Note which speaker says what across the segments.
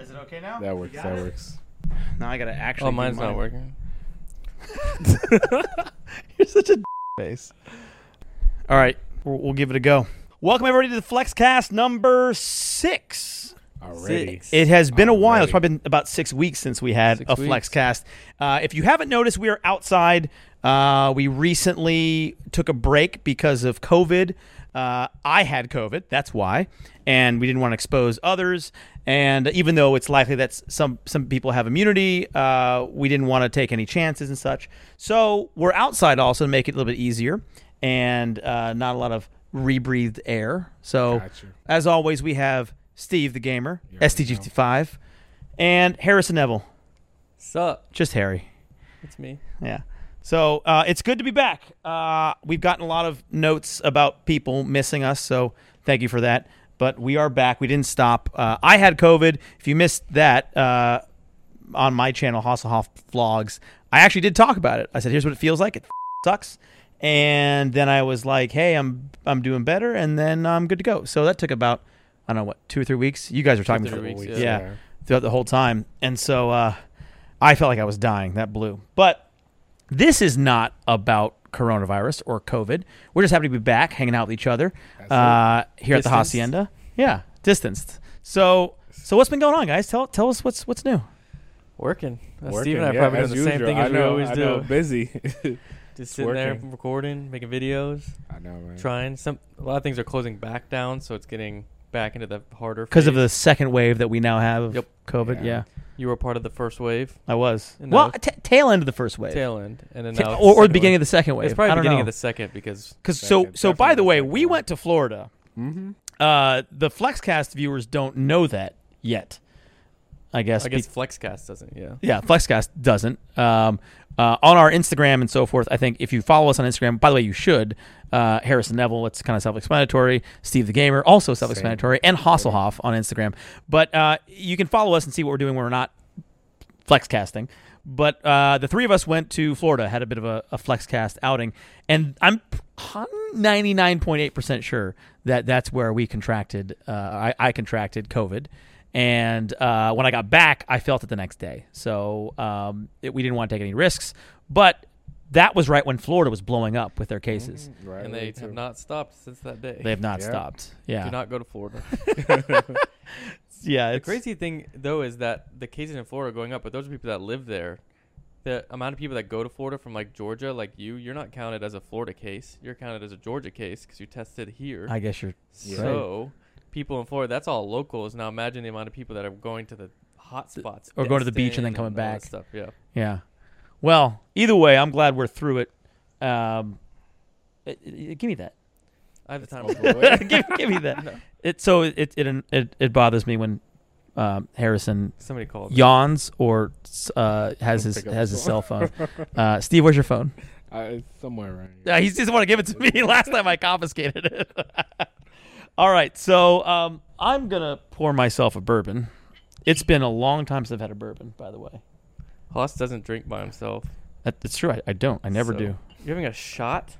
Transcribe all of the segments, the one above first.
Speaker 1: Is it okay now?
Speaker 2: That works.
Speaker 1: You got
Speaker 2: That
Speaker 1: it?
Speaker 2: works.
Speaker 3: Now I gotta actually.
Speaker 4: Oh,
Speaker 3: do
Speaker 4: mine's not
Speaker 3: mine.
Speaker 4: working.
Speaker 3: You're such a face. All right, we'll, we'll give it a go. Welcome everybody to the Flexcast number six.
Speaker 2: Already.
Speaker 3: It has been a while. It's
Speaker 2: Alrighty.
Speaker 3: probably been about six weeks since we had
Speaker 4: Six
Speaker 3: a
Speaker 4: weeks.
Speaker 3: Flexcast. Uh, if you haven't noticed, we are outside. Uh, we recently took a break because of COVID. Uh, I had COVID, that's why, and we didn't want to expose others. And even though it's likely that s- some some people have immunity, uh, we didn't want to take any chances and such. So we're outside also to make it a little bit easier and uh, not a lot of rebreathed air. So
Speaker 2: Gotcha.
Speaker 3: as always, we have Steve the Gamer, STG55, and Harrison Neville,
Speaker 4: Sup?
Speaker 3: just Harry.
Speaker 4: It's me.
Speaker 3: Yeah. So uh, it's good to be back. Uh, we've gotten a lot of notes about people missing us, so thank you for that. But we are back. We didn't stop. Uh, I had COVID. If you missed that uh, on my channel, Hasselhoff Vlogs, I actually did talk about it. I said, "Here's what it feels like. It sucks." And then I was like, "Hey, I'm I'm doing better," and then I'm good to go. So that took about I don't know what two or three weeks. You guys were talking
Speaker 4: three
Speaker 3: for
Speaker 4: weeks,
Speaker 2: Couple
Speaker 3: yeah.
Speaker 2: yeah.
Speaker 3: throughout the whole time. And so uh, I felt like I was dying. That blew. But this is not about coronavirus or COVID. We're just happy to be back hanging out with each other
Speaker 2: That's
Speaker 3: uh, here at the
Speaker 4: Distanced.
Speaker 3: hacienda. Yeah, distanced. So so what's been going on, guys? Tell tell us what's what's new.
Speaker 4: Working. Uh,
Speaker 2: Working,
Speaker 4: Steve and I
Speaker 2: yeah,
Speaker 4: probably
Speaker 2: as
Speaker 4: doing the same
Speaker 2: usual.
Speaker 4: thing
Speaker 2: I
Speaker 4: as we
Speaker 2: know,
Speaker 4: always
Speaker 2: I
Speaker 4: do.
Speaker 2: Know, busy.
Speaker 4: Just sitting there
Speaker 2: working.
Speaker 4: recording, making videos,
Speaker 2: I know, man.
Speaker 4: trying some. A lot of things are closing back down, so it's getting back into the harder.
Speaker 3: Because of the
Speaker 4: phase.
Speaker 3: second wave that we now have of
Speaker 4: Yep.
Speaker 3: COVID. Yeah.
Speaker 2: Yeah.
Speaker 4: you were part of the first wave,
Speaker 3: I was.
Speaker 4: And
Speaker 3: well,
Speaker 4: now-
Speaker 3: t- tail end of the first wave.
Speaker 4: tail end, and then
Speaker 3: Ta-
Speaker 4: now it's
Speaker 3: or, or the
Speaker 4: second
Speaker 3: beginning
Speaker 4: wave.
Speaker 3: of the second wave.
Speaker 4: It's probably
Speaker 3: I don't
Speaker 4: beginning
Speaker 3: know.
Speaker 4: of the second because
Speaker 3: Cause so
Speaker 2: Second,
Speaker 3: so. By
Speaker 2: definitely
Speaker 3: the
Speaker 2: the
Speaker 3: way,
Speaker 2: second
Speaker 3: we
Speaker 2: wave.
Speaker 3: went to Florida.
Speaker 2: Mm-hmm.
Speaker 3: Uh, the Flexcast viewers don't know that yet. I guess.
Speaker 4: I guess
Speaker 3: be-
Speaker 4: Flexcast doesn't. Yeah,
Speaker 3: yeah, Flexcast doesn't. Um, uh, on our Instagram and so forth, I think if you follow us on Instagram, by the way, you should. Uh, Harrison Neville, it's kind of self-explanatory. Steve the Gamer, also self-explanatory, and Hasselhoff on Instagram. But uh, you can follow us and see what we're doing when we're not flexcasting. But uh, the three of us went to Florida, had a bit of a, a flexcast outing, and I'm 99.8% sure that that's where we contracted. Uh, I, I contracted COVID, and uh, when I got back, I felt it the next day. So um, it, we didn't want to take any risks, but that was right when Florida was blowing up with their cases.
Speaker 2: Right.
Speaker 4: and they have not stopped since that day.
Speaker 3: They have not
Speaker 2: Yeah.
Speaker 3: stopped. Yeah,
Speaker 4: Do not go to Florida.
Speaker 3: yeah.
Speaker 4: the
Speaker 3: It's,
Speaker 4: crazy thing though is that the cases in Florida are going up, but those are people that live there. The amount of people that go to Florida from like Georgia, like you, you're not counted as a Florida case. You're counted as a Georgia case because you tested here.
Speaker 3: I guess you're.
Speaker 2: Yeah.
Speaker 4: So people in Florida, that's all locals. Now imagine the amount of people that are going to the hot spots
Speaker 3: or going to the beach and then
Speaker 4: Destin
Speaker 3: coming
Speaker 4: all that
Speaker 3: back.
Speaker 4: Stuff. Yeah.
Speaker 3: Yeah. Well, either way, I'm glad we're through it. Um, it, it- give me that.
Speaker 4: I have the time.
Speaker 2: over with.
Speaker 3: give, give me that. It so it it it, it bothers me when um, Harrison
Speaker 4: Somebody called.
Speaker 3: yawns or uh, has his
Speaker 2: Pick up
Speaker 3: has
Speaker 2: the
Speaker 3: his cell phone. Uh, Steve, where's your phone?
Speaker 2: I, Uh, it's somewhere around here.
Speaker 3: Uh, he doesn't want to give it to me. Last time I confiscated it. All right, so um, I'm gonna pour myself a bourbon. It's been a long time since I've had a bourbon, by the way.
Speaker 4: Haas doesn't drink by himself.
Speaker 3: That, it's true. I, I don't. I never
Speaker 4: So,
Speaker 3: do.
Speaker 4: You're having a shot?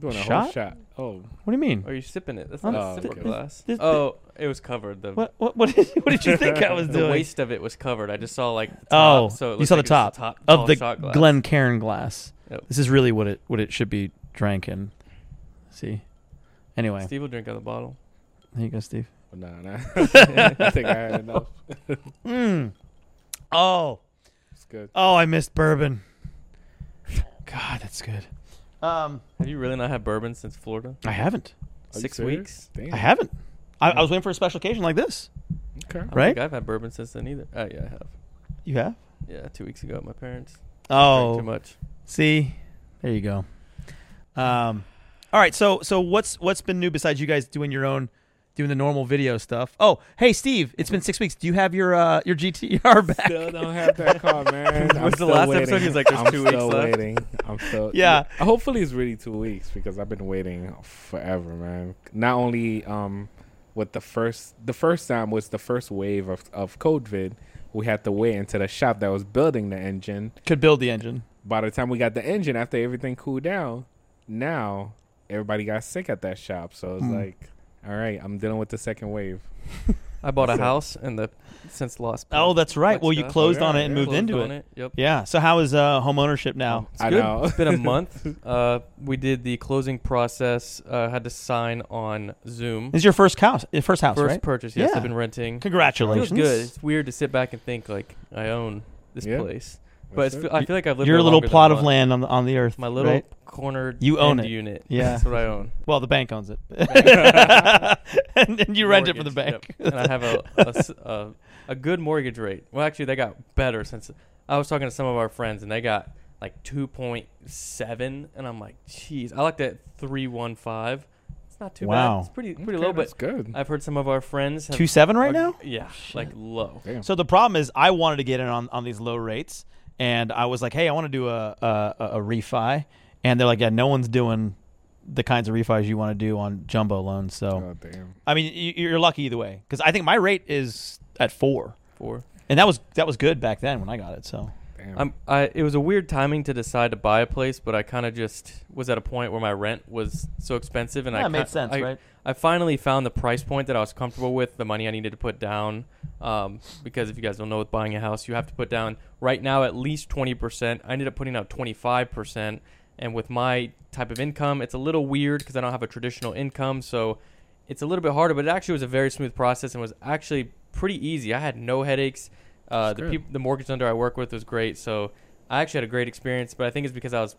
Speaker 2: Doing a
Speaker 3: Shot?
Speaker 2: whole shot. Oh,
Speaker 3: What do you mean?
Speaker 4: Or are you sipping it? That's
Speaker 3: I'm
Speaker 4: not a
Speaker 2: Oh,
Speaker 4: sipper
Speaker 2: okay.
Speaker 4: glass.
Speaker 3: This-
Speaker 4: oh, it was covered. The
Speaker 3: What what what did, what did you think I was
Speaker 4: the
Speaker 3: doing?
Speaker 4: waist of it was covered. I just saw like the top,
Speaker 3: oh,
Speaker 4: so it
Speaker 3: you
Speaker 4: looked
Speaker 3: saw
Speaker 4: like
Speaker 3: the
Speaker 4: it
Speaker 3: top,
Speaker 4: was the top
Speaker 3: of
Speaker 4: tall
Speaker 3: the
Speaker 4: shot glass.
Speaker 3: Glen Cairn glass.
Speaker 4: Yep.
Speaker 3: This is really what it what it should be drank in. See, anyway,
Speaker 4: Steve will drink out of the bottle.
Speaker 3: there you go, Steve.
Speaker 2: no, no. I think I had enough.
Speaker 3: Mm. Oh,
Speaker 2: It's good.
Speaker 3: oh, I missed bourbon. God, that's good. Um,
Speaker 4: Have you really not had bourbon since Florida?
Speaker 3: I haven't.
Speaker 2: Are you
Speaker 4: Six
Speaker 2: serious?
Speaker 4: weeks?
Speaker 2: Damn.
Speaker 3: I haven't. I, I was waiting for a special occasion like this.
Speaker 2: Okay.
Speaker 4: I don't
Speaker 3: Right?
Speaker 4: think I've had bourbon since then either. Oh yeah, I have.
Speaker 3: You have?
Speaker 4: Yeah, two weeks ago at my parents. Drank too
Speaker 3: Oh,
Speaker 4: much.
Speaker 3: see, there you go. Um, all right. So, so what's what's been new besides you guys doing your own, doing the normal video stuff? Oh, hey, Steve, it's been six weeks. Do you have your uh your GTR back?
Speaker 2: Still don't have that car, man. I'm
Speaker 4: Was the
Speaker 2: still
Speaker 4: last
Speaker 2: waiting.
Speaker 4: episode he was like, "There's
Speaker 2: I'm
Speaker 4: two weeks
Speaker 2: still
Speaker 4: left."
Speaker 2: Waiting. I'm still
Speaker 3: Yeah.
Speaker 2: Hopefully it's really two weeks because I've been waiting forever, man. Not only um with the first the first time was the first wave of of COVID, we had to wait until the shop that was building the engine.
Speaker 3: Could build the engine.
Speaker 2: By the time we got the engine, after everything cooled down, now everybody got sick at that shop. So it's
Speaker 4: Hmm.
Speaker 3: Mm.
Speaker 2: like, all right, I'm dealing with the second wave.
Speaker 4: I bought a
Speaker 2: So-
Speaker 4: house and the since lost.
Speaker 3: Oh, that's right.
Speaker 4: Like
Speaker 3: Well, you
Speaker 4: stuff. Oh,
Speaker 3: closed on
Speaker 2: yeah,
Speaker 3: it and
Speaker 2: yeah.
Speaker 3: moved
Speaker 4: Closed
Speaker 3: into
Speaker 4: on Um,
Speaker 3: it.
Speaker 4: Yep.
Speaker 3: Yeah. So how is uh, home ownership now?
Speaker 4: It's
Speaker 2: I
Speaker 4: good.
Speaker 2: know.
Speaker 4: It's been a month. Uh, we did the closing process. Uh, had to sign on Zoom.
Speaker 3: It's your first house. Your first house,
Speaker 4: First
Speaker 3: right?
Speaker 4: purchase. Yes,
Speaker 3: Yeah.
Speaker 4: I've been renting.
Speaker 3: Congratulations.
Speaker 4: Feels good. It's weird to sit back and think like I own this
Speaker 2: Yeah.
Speaker 4: place, but it's,
Speaker 2: That's it.
Speaker 4: I feel like I've lived
Speaker 3: Your
Speaker 4: there
Speaker 3: little
Speaker 4: longer than
Speaker 3: plot
Speaker 4: a
Speaker 3: of
Speaker 4: month.
Speaker 3: land on the, on the earth.
Speaker 4: My little
Speaker 3: right?
Speaker 4: corner.
Speaker 3: You own
Speaker 4: end
Speaker 3: it.
Speaker 4: Unit.
Speaker 3: Yeah.
Speaker 4: That's what I own.
Speaker 3: Well, the bank owns it, and, and you rent it from the
Speaker 4: Mortgage,
Speaker 3: bank.
Speaker 4: yep. And I have a, a s- a- a good mortgage rate. Well, actually, they got better since I was talking to some of our friends, and they got like two point seven, and I'm like, jeez, I like that three one five. It's not too
Speaker 3: Wow.
Speaker 4: bad. It's pretty uh, pretty low,
Speaker 2: That's
Speaker 4: but
Speaker 2: good.
Speaker 4: I've heard some of our friends have
Speaker 3: Two seven right
Speaker 4: are-
Speaker 3: now.
Speaker 4: Yeah, like low.
Speaker 2: Damn.
Speaker 3: So the problem is, I wanted to get in on, on these low rates, and I was like, "Hey, I want to do a, a a a refi," and they're like, "Yeah, no one's doing the kinds of refis you want to do on jumbo loans." So
Speaker 2: oh damn.
Speaker 3: I mean, you, you're lucky either way, because I think my rate is at four,
Speaker 4: Four.
Speaker 3: and that was that was good back then when I got it. So
Speaker 2: Damn.
Speaker 4: I'm, I it was a weird timing to decide to buy a place, but I kind of just was at a point where my rent was so expensive, and I
Speaker 3: that made
Speaker 4: kin-
Speaker 3: sense,
Speaker 4: I-
Speaker 3: right?
Speaker 4: I finally found the price point that I was comfortable with, the money I needed to put down. Um, because if you guys don't know, with buying a house, you have to put down right now at least 20%. I ended up putting out 25%. And with my type of income, it's a little weird because I don't have a traditional income. So it's a little bit harder, but it actually was a very smooth process and was actually pretty easy. I had no headaches. Uh,
Speaker 2: That's
Speaker 4: the,
Speaker 2: good.
Speaker 4: peop- the mortgage lender I work with was great. So I actually had a great experience, but I think it's because I was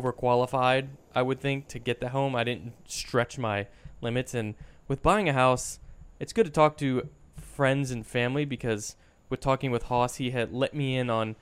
Speaker 4: overqualified, I would think, to get the home. I didn't stretch my limits. And with buying a house, it's good to talk to friends and family because with talking with Haas, he had let me in on,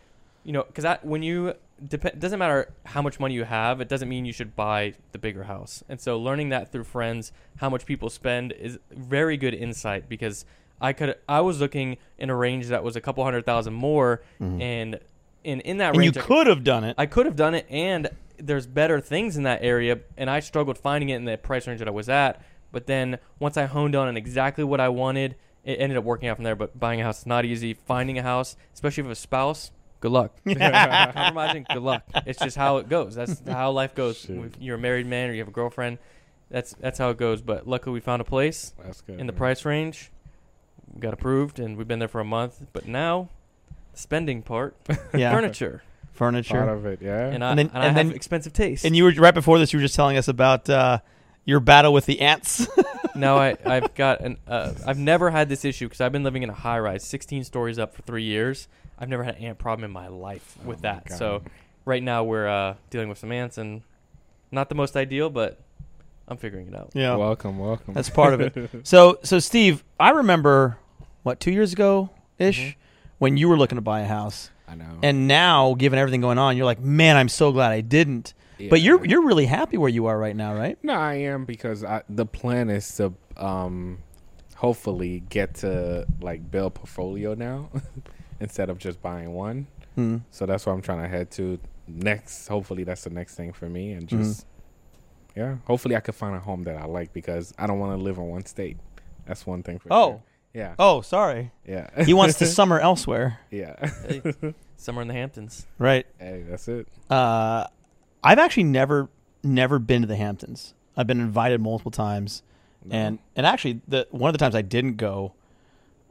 Speaker 4: you know, because when you depend, doesn't matter how much money you have, it doesn't mean you should buy the bigger house. And so learning that through friends, how much people spend is very good insight because I could, I was looking in a range that was a couple hundred thousand more, and and in that
Speaker 3: Mm-hmm. And you
Speaker 4: range, I could-
Speaker 3: could have done it.
Speaker 4: I could have done it, and there's better things in that area, and I struggled finding it in the price range that I was at. But then once I honed on on exactly what I wanted, it ended up working out from there. But buying a house is not easy. Finding a house, especially if you have a spouse, good luck. Compromising, good luck. It's just how it goes. That's how life goes.
Speaker 2: Shit.
Speaker 4: If you're a married man or you have a girlfriend, that's that's how it goes. But luckily, we found a place
Speaker 2: That's good.
Speaker 4: in the
Speaker 2: man.
Speaker 4: price range. We got approved, and we've been there for a month. But now, spending part,
Speaker 3: yeah,
Speaker 4: furniture
Speaker 3: furniture.
Speaker 2: Part of it, yeah.
Speaker 4: and I,
Speaker 3: And then-
Speaker 4: and I
Speaker 3: and
Speaker 4: have
Speaker 3: then-
Speaker 4: expensive taste.
Speaker 3: And you were right before this. You were just telling us about uh, your battle with the ants.
Speaker 4: now I, I've got an uh, I've never had this issue because I've been living in a high rise, 16 stories up for three years. I've never had an ant problem in my life
Speaker 2: Oh
Speaker 4: with
Speaker 2: my
Speaker 4: that.
Speaker 2: God.
Speaker 4: So right now we're uh, dealing with some ants and not the most ideal, but I'm figuring it out.
Speaker 3: yeah,
Speaker 2: welcome, welcome.
Speaker 3: That's part of it. So, so Steve, I remember what two years ago ish
Speaker 4: Mhm.
Speaker 3: when you were looking to buy a house,
Speaker 2: I know.
Speaker 3: and now given everything going on, you're like, man, I'm so glad I didn't. But
Speaker 2: Yeah.
Speaker 3: you're you're really happy where you are right now, right?
Speaker 2: No, I am because I, the plan is to um, hopefully get to like build portfolio now instead of just buying one.
Speaker 3: Mm.
Speaker 2: So that's what I'm trying to head to next. Hopefully, that's the next thing for me,
Speaker 3: Hmm.
Speaker 2: and just yeah. Hopefully, I could find a home that I like because I don't want to live in one state. That's one thing for
Speaker 3: Oh,
Speaker 2: sure. yeah,
Speaker 3: oh, sorry.
Speaker 2: yeah,
Speaker 3: He wants to summer elsewhere,
Speaker 2: yeah.
Speaker 4: Hey, somewhere in the Hamptons.
Speaker 3: right?
Speaker 2: Hey, that's it.
Speaker 3: Uh, I've actually never never been to the Hamptons. I've been invited multiple times, and and actually the one of the times I didn't go,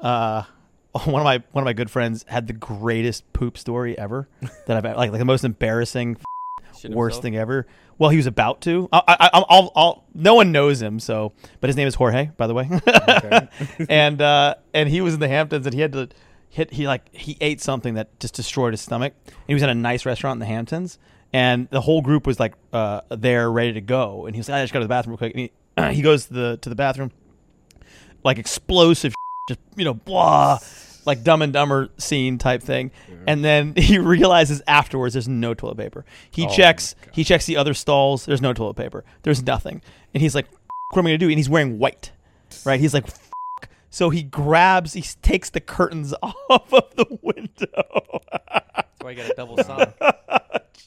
Speaker 3: uh, one of my one of my good friends had the greatest poop story ever that I've like like the most embarrassing
Speaker 4: Shit
Speaker 3: worst
Speaker 4: himself.
Speaker 3: thing ever. Well, he was about to. I, I, I'll, I'll, I'll, no one knows him, so. But his name is Jorge, by the way.
Speaker 2: Okay.
Speaker 3: and uh, and he was in the Hamptons, and he had to hit. He like he ate something that just destroyed his stomach. And he was at a nice restaurant in the Hamptons, and the whole group was like uh, there, ready to go. And he was like, "I just go to the bathroom real quick." And he, he goes to the to the bathroom, like explosive, just you know, blah, like Dumb and Dumber scene type thing. And then he realizes afterwards there's no toilet paper. He
Speaker 2: Oh my Mm-hmm.
Speaker 3: checks.
Speaker 2: God.
Speaker 3: He checks the other stalls. There's no toilet paper. There's nothing. And he's like, "What am I gonna do?" And he's wearing white, right? He's like, "Fuck." So he grabs. He s- takes the curtains off of the window.
Speaker 4: That's why I got a double sock.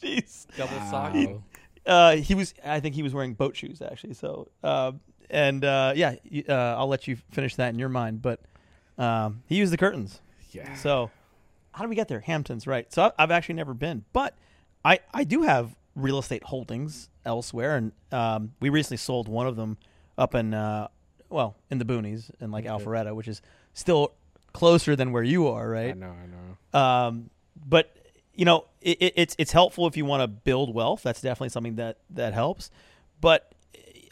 Speaker 3: Jeez.
Speaker 4: Double sock.
Speaker 2: Wow.
Speaker 3: Uh, he was. I think he was wearing boat shoes actually. So, um and uh, yeah, y- uh, I'll let you finish that in your mind. But um, he used the curtains.
Speaker 2: Yeah.
Speaker 3: So, how do we get there? Hamptons, right? So I- I've actually never been, but I I do have real estate holdings elsewhere, and um, we recently sold one of them up in uh, well in the boonies in like Alpharetta, which is still closer than where you are,
Speaker 2: I
Speaker 3: right?
Speaker 2: know, I know.
Speaker 3: Um, but you know, it, it, it's it's helpful if you want to build wealth. That's definitely something that that helps. But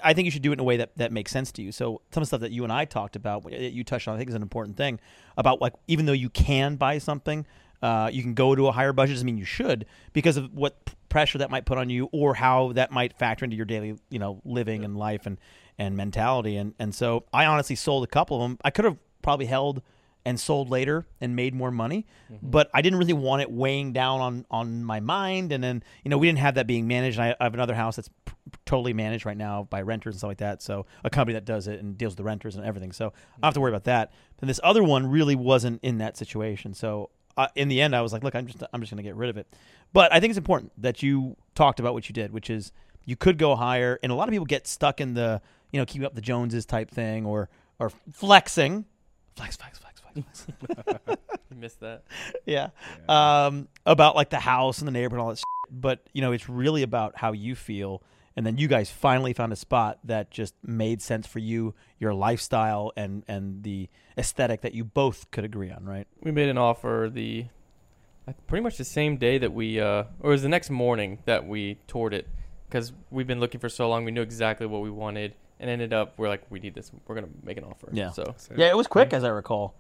Speaker 3: I think you should do it in a way that that makes sense to you. So some of the stuff that you and I talked about, that you touched on, I think is an important thing about like even though you can buy something, uh, you can go to a higher budget. Doesn't mean you should because of what p- pressure that might put on you or how that might factor into your daily, you know, living and life and and mentality. And and so I honestly sold a couple of them. I could have probably held and sold later and made more money. But I didn't really want it weighing down on on my mind. And then you know we didn't have that being managed. And I, I have another house that's p- p- totally managed right now by renters and stuff like that. So a company that does it and deals with the renters and everything. So I don't have to worry about that. Then this other one really wasn't in that situation. So. Uh, in the end, I was like, "Look, I'm just, I'm just going to get rid of it." But I think it's important that you talked about what you did, which is you could go higher, and a lot of people get stuck in the, you know, keep up the Joneses type thing, or or flexing, flex, flex, flex, flex, flex
Speaker 4: You missed that.
Speaker 3: yeah.
Speaker 2: Yeah.
Speaker 3: Um, about like the house and the neighborhood and all that. Shit. But you know, it's really about how you feel, and then you guys finally found a spot that just made sense for you, your lifestyle, and and the aesthetic that you both could agree on, right?
Speaker 4: we made an offer the uh, pretty much the same day that we uh, or it was the next morning that we toured it because we've been looking for so long we knew exactly what we wanted and ended up we're like we need this we're gonna make an offer
Speaker 3: Yeah.
Speaker 4: so
Speaker 2: That's it.
Speaker 3: Yeah, it was quick, as I recall.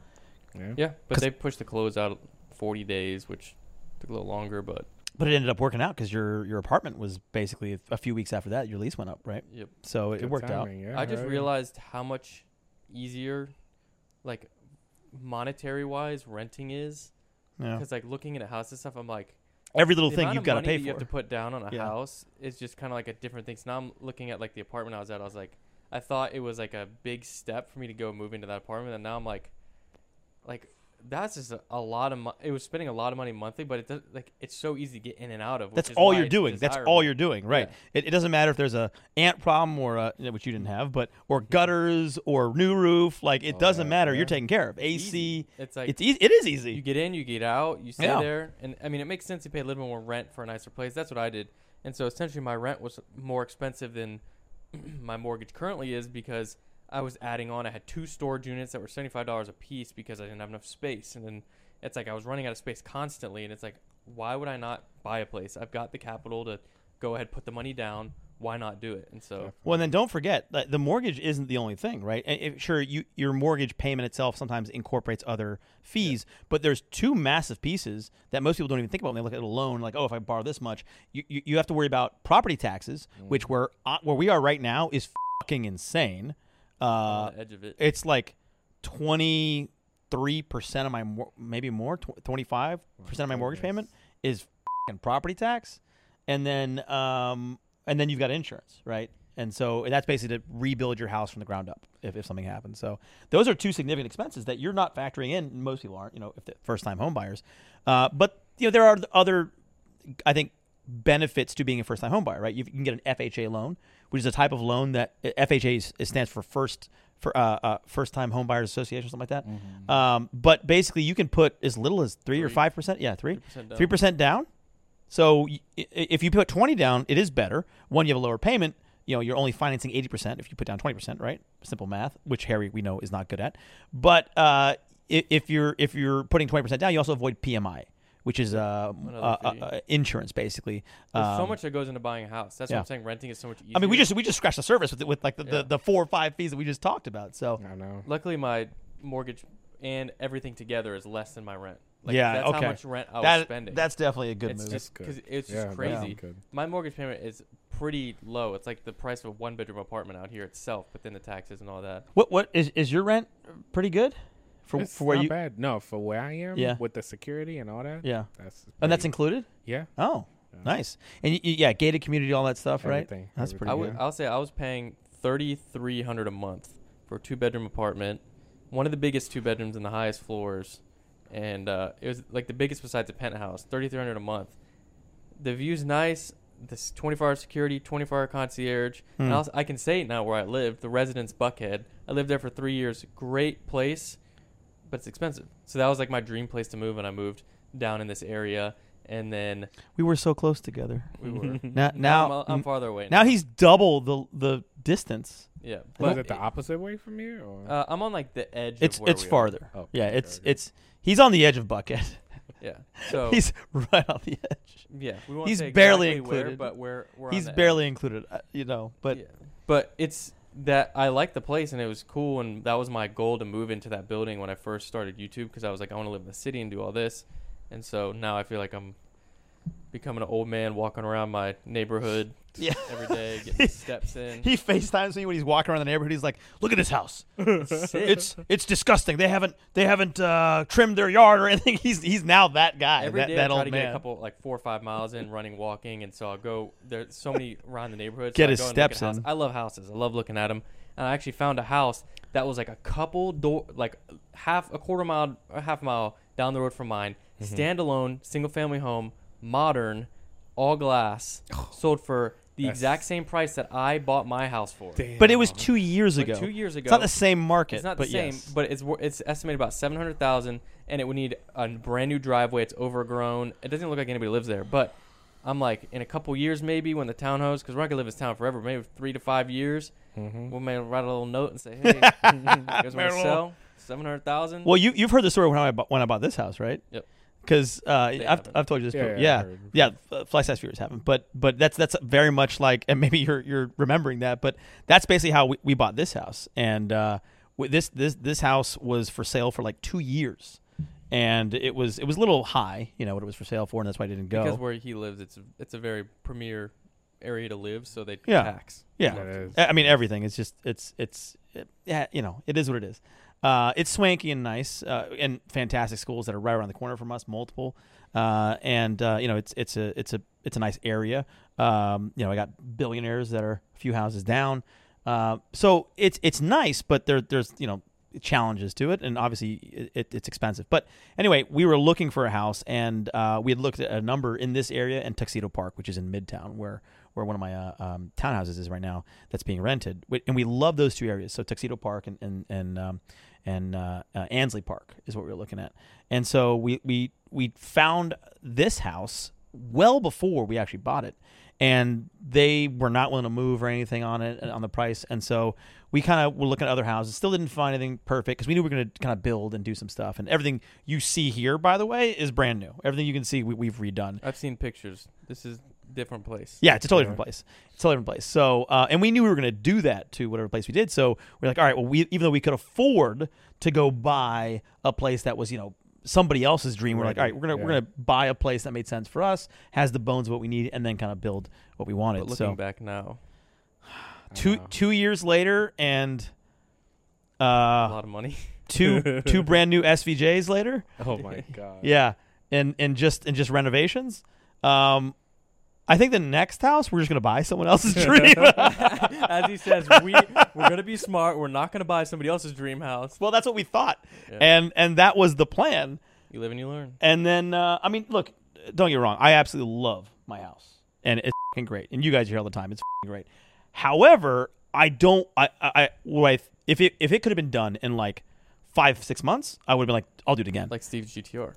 Speaker 2: Yeah.
Speaker 4: yeah but
Speaker 3: 'Cause-
Speaker 4: they pushed the close out 40 days which took a little longer but
Speaker 3: But it ended up working out because your your apartment was basically a few weeks after that your lease went up, right?
Speaker 4: yep
Speaker 3: So it
Speaker 2: Good
Speaker 3: worked out.
Speaker 2: timing, Yeah,
Speaker 4: i just
Speaker 2: right.
Speaker 4: realized how much easier like monetary wise renting is
Speaker 3: Yeah.
Speaker 4: because like looking at a house and stuff i'm like
Speaker 3: Every little
Speaker 4: the
Speaker 3: thing
Speaker 4: amount
Speaker 3: you've
Speaker 4: of
Speaker 3: got to
Speaker 4: money
Speaker 3: pay
Speaker 4: that
Speaker 3: for.
Speaker 4: You have to put down on a
Speaker 3: Yeah.
Speaker 4: house is just kind of like a different thing. So now I'm looking at like the apartment I was at. I was like, I thought it was like a big step for me to go move into that apartment, and now I'm like, like that's just a, a lot of money. It was spending a lot of money monthly, but it does, like it's so easy to get in and out of. which
Speaker 3: That's
Speaker 4: is
Speaker 3: all
Speaker 4: why
Speaker 3: you're
Speaker 4: it's
Speaker 3: doing. That's all
Speaker 4: desirable.
Speaker 3: you're doing, right? It, it doesn't matter if there's a ant problem or a, which you didn't have, but or gutters or new roof. Like it
Speaker 2: All
Speaker 3: doesn't
Speaker 2: that,
Speaker 3: matter.
Speaker 2: yeah.
Speaker 3: You're taken care of.
Speaker 4: Oh, It's
Speaker 3: AC.
Speaker 4: easy. It's like
Speaker 3: it's easy. It is
Speaker 4: you
Speaker 3: easy.
Speaker 4: get in, you get out, you stay
Speaker 3: Yeah.
Speaker 4: there, and I mean it makes sense you pay a little bit more rent for a nicer place. That's what I did, and so essentially my rent was more expensive than my mortgage currently is because I was adding on. I had two storage units that were seventy five dollars a piece because I didn't have enough space, and then it's like I was running out of space constantly, and it's like why would I not buy a place? I've got the capital to go ahead put the money down. Why not do it? And so
Speaker 3: Well, and then don't forget that the mortgage isn't the only thing, right? And if, sure, you, your mortgage payment itself sometimes incorporates other fees, but there's two massive pieces that most people don't even think about when they look at a loan. Like, oh, if I borrow this much, you, you, you have to worry about property taxes,
Speaker 2: Mm.
Speaker 4: Mm.
Speaker 3: which where uh, where we are right now is fucking insane. Uh,
Speaker 4: on the edge of it,
Speaker 3: it's like 23% of my mor- maybe more tw- 25% of my mortgage
Speaker 2: goodness.
Speaker 3: payment is fing property tax and then um and then you've got insurance right and so that's basically to rebuild your house from the ground up if, if something happens so those are two significant expenses that you're not factoring in and most people aren't you know if the first time home buyers uh, but you know there are other I think benefits to being a first-time homebuyer, right? You you can get an FHA loan, which is a type of loan that uh, FHA is- it stands for first for uh, uh, first-time home buyers association, or something like that. Um, but basically, you can put as little as three, or
Speaker 4: Three.
Speaker 3: five percent. Yeah, three,
Speaker 4: 3% down.
Speaker 3: three percent down. So y- i- if you put twenty down, it is better. One, you have a lower payment. You know, you're only financing eighty percent if you put down twenty percent, right? Simple math, which Harry we know is not good at. But uh, i- if you're if you're putting twenty percent down, you also avoid PMI, which is uh, uh,
Speaker 4: Another
Speaker 3: uh,
Speaker 4: fee.
Speaker 3: uh, insurance basically.
Speaker 4: There's so
Speaker 3: Um,
Speaker 4: much that goes into buying a house. That's
Speaker 3: yeah.
Speaker 4: what I'm saying. Renting is so much easier.
Speaker 3: I mean, we just we just scratched the surface with with like the,
Speaker 4: Yeah.
Speaker 3: the, the four or five fees that we just talked about. So
Speaker 2: I know.
Speaker 4: Luckily, my mortgage and everything together is less than my rent.
Speaker 3: Yeah,
Speaker 4: that's
Speaker 3: okay.
Speaker 4: how much rent I was
Speaker 3: that
Speaker 4: spending.
Speaker 3: that's definitely a good
Speaker 4: it's
Speaker 3: move.
Speaker 4: just
Speaker 2: That's
Speaker 4: because it's
Speaker 2: Yeah,
Speaker 4: just
Speaker 2: that's
Speaker 4: crazy.
Speaker 2: good.
Speaker 4: My mortgage payment is pretty low. It's like the price of a one bedroom apartment out here itself, but then the taxes and all that.
Speaker 3: what what is is your rent pretty good for
Speaker 2: It's
Speaker 3: for where
Speaker 2: not
Speaker 3: you
Speaker 2: bad. No, for where I am,
Speaker 3: Yeah.
Speaker 2: with the security and all that.
Speaker 3: yeah,
Speaker 2: That's
Speaker 3: and that's
Speaker 2: pretty-
Speaker 3: included.
Speaker 2: yeah.
Speaker 3: Oh,
Speaker 2: Yeah.
Speaker 3: nice. And y y- yeah, gated community, all that stuff, right?
Speaker 2: Everything,
Speaker 3: That's
Speaker 2: everything.
Speaker 3: pretty
Speaker 4: I
Speaker 3: good.
Speaker 4: would,
Speaker 2: good.
Speaker 4: I'll say I was paying thirty three hundred a month for a two bedroom apartment, one of the biggest two bedrooms and the highest floors, and uh, it was like the biggest besides the penthouse. Thirty three hundred a month. The view's nice. This twenty four hour security, twenty four hour concierge.
Speaker 3: Hmm.
Speaker 4: And also, I can say it now where I lived, the residence Buckhead. I lived there for three years. Great place, but it's expensive. So that was like my dream place to move, and I moved down in this area. and then
Speaker 3: We were so close together.
Speaker 4: we were.
Speaker 3: Now,
Speaker 4: now I'm,
Speaker 3: now,
Speaker 4: a- I'm farther away.
Speaker 3: now he's double the the distance.
Speaker 4: yeah,
Speaker 2: Was
Speaker 4: but
Speaker 2: it the opposite way from here? Or?
Speaker 4: uh, I'm on like the edge.
Speaker 3: It's
Speaker 4: of where
Speaker 3: it's
Speaker 4: we are.
Speaker 3: farther.
Speaker 2: Oh,
Speaker 3: yeah,
Speaker 2: okay,
Speaker 3: it's
Speaker 2: okay.
Speaker 3: it's he's on the edge of Buckhead.
Speaker 4: Yeah. So
Speaker 3: he's right on the edge.
Speaker 4: yeah, we won't
Speaker 3: he's
Speaker 4: say
Speaker 3: barely
Speaker 4: exactly where,
Speaker 3: included.
Speaker 4: but we're, we're on
Speaker 3: He's
Speaker 4: the edge.
Speaker 3: barely included, uh, you know. But
Speaker 4: Yeah. but it's that I liked the place and it was cool and that was my goal to move into that building when I first started YouTube because I was like I want to live in the city and do all this, and so now I feel like I'm becoming an old man walking around my neighborhood
Speaker 3: Yeah.
Speaker 4: every day, getting the steps in.
Speaker 3: he FaceTimes me when he's walking around the neighborhood. He's like, "Look at this house.
Speaker 4: It's sick.
Speaker 3: It's it's disgusting. They haven't they haven't uh, trimmed their yard or anything." He's he's now that guy,
Speaker 4: Every
Speaker 3: that,
Speaker 4: day
Speaker 3: that
Speaker 4: I try
Speaker 3: old
Speaker 4: to
Speaker 3: man.
Speaker 4: get a couple like four or five miles in running walking, and so I'll go. There's so many around the neighborhood. so
Speaker 3: Get
Speaker 4: I
Speaker 3: his
Speaker 4: go and look at
Speaker 3: steps
Speaker 4: house-
Speaker 3: in.
Speaker 4: I love houses. I love looking at them. And I actually found a house that was like a couple door, like half a quarter mile, a half mile down the road from mine.
Speaker 3: Mm-hmm.
Speaker 4: Standalone, single family home, modern, all glass, sold for the
Speaker 2: That's-
Speaker 4: exact same price that I bought my house for.
Speaker 3: but it was
Speaker 2: Damn.
Speaker 3: two years
Speaker 4: Like
Speaker 3: ago.
Speaker 4: two years ago,
Speaker 3: It's not the same market.
Speaker 4: it's not
Speaker 3: but
Speaker 4: the same,
Speaker 3: yes.
Speaker 4: but it's wor- it's estimated about seven hundred thousand, and it would need a brand new driveway. It's overgrown. It doesn't look like anybody lives there. But I'm like, in a couple years, maybe when the townhouse, because we're not gonna live in this town forever, maybe three to five years,
Speaker 3: Mm-hmm.
Speaker 4: we'll maybe write a little note and say, hey, you guys want to sell seven hundred thousand?
Speaker 3: Well, you you've heard the story when I bought, when I bought this house, right?
Speaker 4: Yep.
Speaker 3: Because uh, I've,
Speaker 4: haven't.
Speaker 3: I've told you this,
Speaker 2: Yeah,
Speaker 3: yeah,
Speaker 2: yeah, I
Speaker 3: yeah,
Speaker 2: heard.
Speaker 3: yeah, f- fly size viewers haven't, but but that's that's very much like, and maybe you're you're remembering that, but that's basically how we, we bought this house, and uh, wi- this this this house was for sale for like two years, and it was it was a little high, you know, what it was for sale for, and that's why I didn't go.
Speaker 4: because where he lives, it's it's a very premier area to live, so they
Speaker 3: Yeah.
Speaker 4: tax.
Speaker 3: yeah,
Speaker 2: That is-
Speaker 3: I I mean, everything. It's just it's it's it, yeah, you know, it is what it is. Uh, it's swanky and nice, uh, and fantastic schools that are right around the corner from us, multiple. Uh, and uh, you know, it's it's a it's a it's a nice area. Um, you know, I got billionaires that are a few houses down. Uh, so it's it's nice, but there there's you know challenges to it, and obviously it, it, it's expensive. But anyway, we were looking for a house, and uh, we had looked at a number in this area and Tuxedo Park, which is in Midtown, where where one of my uh, um, townhouses is right now that's being rented. Wi- And we love those two areas. So Tuxedo Park and and and um, and uh, uh, Ansley Park is what we were looking at. And so we we we found this house well before we actually bought it. And they were not willing to move or anything on it on the price, and so we kind of were looking at other houses. Still didn't find anything perfect because we knew we were going to kind of build and do some stuff. And everything you see here, by the way, is brand new. Everything you can see, we, we've redone.
Speaker 4: I've seen pictures. This is different place.
Speaker 3: Yeah, it's a totally
Speaker 2: Yeah.
Speaker 3: different place. It's a totally different place. So, uh, and we knew we were going to do that to whatever place we did. So we're like, all right, well, we even though we could afford to go buy a place that was, you know, somebody else's dream, we're like,
Speaker 2: Right.
Speaker 3: all right, we're gonna we're
Speaker 2: Yeah.
Speaker 3: gonna buy a place that made sense for us, has the bones of what we need, and then kind of build what we wanted.
Speaker 4: But looking
Speaker 3: so
Speaker 4: back now,
Speaker 2: I
Speaker 3: two
Speaker 2: know.
Speaker 3: two years later, and
Speaker 4: a
Speaker 3: uh,
Speaker 4: lot of money.
Speaker 3: two two brand new SVJs later.
Speaker 2: Oh my god.
Speaker 3: Yeah, and and just and just renovations. Um, I think the next house we're just gonna buy someone else's dream.
Speaker 4: As he says, we we're gonna be smart. We're not gonna buy somebody else's dream house.
Speaker 3: well, that's what we thought,
Speaker 4: Yeah.
Speaker 3: and and that was the plan.
Speaker 4: You live and you learn.
Speaker 3: And then uh, I mean, look, don't get me wrong, I absolutely love my house, and it's fing great. And you guys are here all the time. It's fing great. However, I don't. I I, I what I- if it if it could have been done in like five six months, I would have been like, I'll do it again.
Speaker 4: Like Steve's GTR.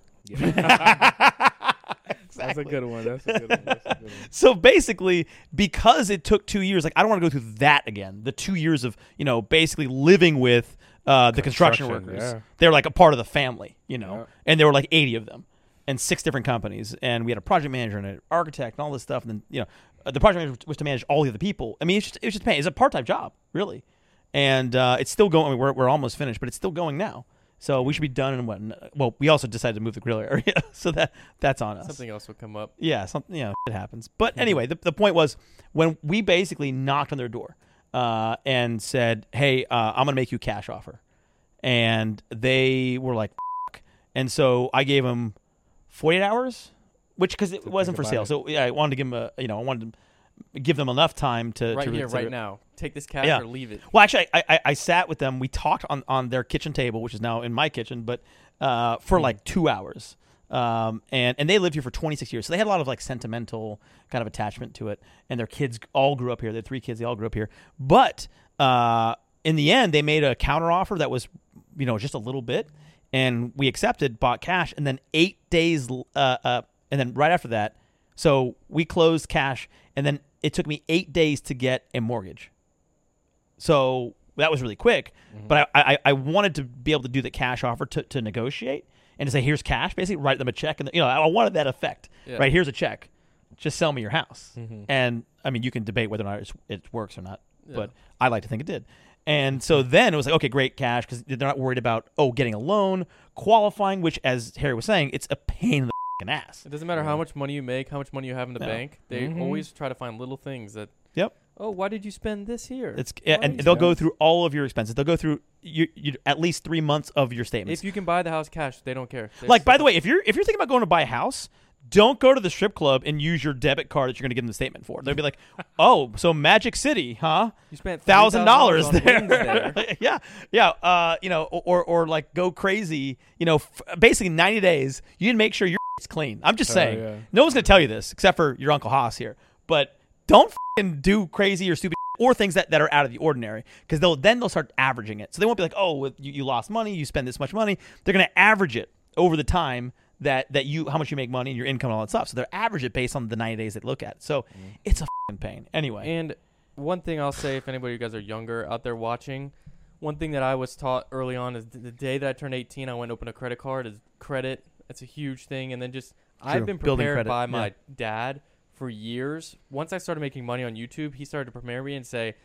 Speaker 2: That's a good one. That's a good one. That's a good one.
Speaker 3: So basically, because it took two years, like I don't want to go through that again. The two years of you know basically living with uh, the construction,
Speaker 2: Construction,
Speaker 3: workers.
Speaker 2: yeah.
Speaker 3: They're like a part of the family, you know,
Speaker 2: Yeah.
Speaker 3: and there were like eighty of them, and six different companies, and we had a project manager and an architect and all this stuff, and then you know, uh, the project manager was to manage all the other people. I mean, it's just it's just pain. It's a part time job, really, and uh, it's still going. I mean, we're we're almost finished, but it's still going now. So we should be done in what? Well, we also decided to move the grill area, so that that's on us.
Speaker 4: Something else will come up.
Speaker 3: Yeah, something you know, it happens. But anyway, the, the point was when we basically knocked on their door uh, and said, "Hey, uh, I'm gonna make you cash offer," and they were like, F-. and so I gave them 48 hours, which because it
Speaker 2: To
Speaker 3: wasn't for
Speaker 2: think
Speaker 3: sale, so
Speaker 2: about
Speaker 3: yeah, I wanted to give them a you know I wanted to give them enough time to
Speaker 4: Right
Speaker 3: Uh, to
Speaker 4: here,
Speaker 3: reconsider
Speaker 4: right
Speaker 3: it.
Speaker 4: now. Take this cash
Speaker 3: Yeah.
Speaker 4: or leave it.
Speaker 3: Well, actually, I, I, I sat with them. We talked on, on their kitchen table, which is now in my kitchen, but uh, for like two hours. Um, and, and they lived here for 26 years. So they had a lot of like sentimental kind of attachment to it. And their kids all grew up here. They had three kids. They all grew up here. But uh, in the end, they made a counter offer that was, you know, just a little bit. And we accepted, bought cash. And then eight days, l- uh, uh, and then right after that, so we closed cash, and then it took me eight days to get a mortgage. So that was really quick,
Speaker 4: Mm-hmm.
Speaker 3: but I, I I wanted to be able to do the cash offer to, to negotiate and to say here's cash, basically write them a check, and you know I wanted that effect,
Speaker 4: Yeah. Mm-hmm.
Speaker 3: right? Here's a check, just sell me your house, and I mean you can debate whether or not it's, it works or not, but I like to think it did. And so then it was like, okay, great cash because they're not worried about oh getting a loan, qualifying, which as Harry was saying, it's a pain in the fing ass.
Speaker 4: It doesn't matter how much money you make, how much money you have in the
Speaker 3: No.
Speaker 4: bank. They
Speaker 2: Mhm.
Speaker 4: always try to find little things that.
Speaker 3: Mm-hmm. Yep.
Speaker 4: Oh, why did you spend this here?
Speaker 3: It's yeah,
Speaker 4: Why
Speaker 3: and
Speaker 4: did
Speaker 3: they'll
Speaker 4: you
Speaker 3: go
Speaker 4: spend-
Speaker 3: through all of your expenses. They'll go through you, you at least three months of your statements.
Speaker 4: If you can buy the house cash, they don't care. They
Speaker 3: like by
Speaker 4: accept
Speaker 3: the way, if you're if you're thinking about going to buy a house, don't go to the strip club and use your debit card that you're going to give them the statement for. They'll be like, oh, so Magic City, huh?
Speaker 4: it. you spent
Speaker 3: Thousand dollars
Speaker 4: $3,000 on
Speaker 3: there.
Speaker 4: wings there.
Speaker 3: yeah, yeah. Uh, you know, or or like go crazy. You know, f- basically ninety days. You need to make sure your is clean. I'm just
Speaker 2: Oh,
Speaker 3: saying.
Speaker 2: yeah.
Speaker 3: No one's going to tell you this except for your uncle Haas here. But don't fing do crazy or stupid or things that, that are out of the ordinary because they'll then they'll start averaging it. So they won't be like, oh, well, you, you lost money, you spend this much money. They're going to average it over the time that that you how much you make money and your income and all that stuff. So they'll average it based on the ninety days they look at. So
Speaker 4: Mm-hmm.
Speaker 3: it's a fing pain. Anyway,
Speaker 4: And one thing I'll say, if anybody you guys are younger out there watching, one thing that I was taught early on is th- the day that I turned 18, I went and opened a credit card. Is credit? That's a huge thing. And then just
Speaker 3: True.
Speaker 4: I've been
Speaker 3: Building
Speaker 4: prepared
Speaker 3: credit,
Speaker 4: by my
Speaker 3: yeah.
Speaker 4: dad for years. Once I started making money on YouTube, he started to prepare me and say,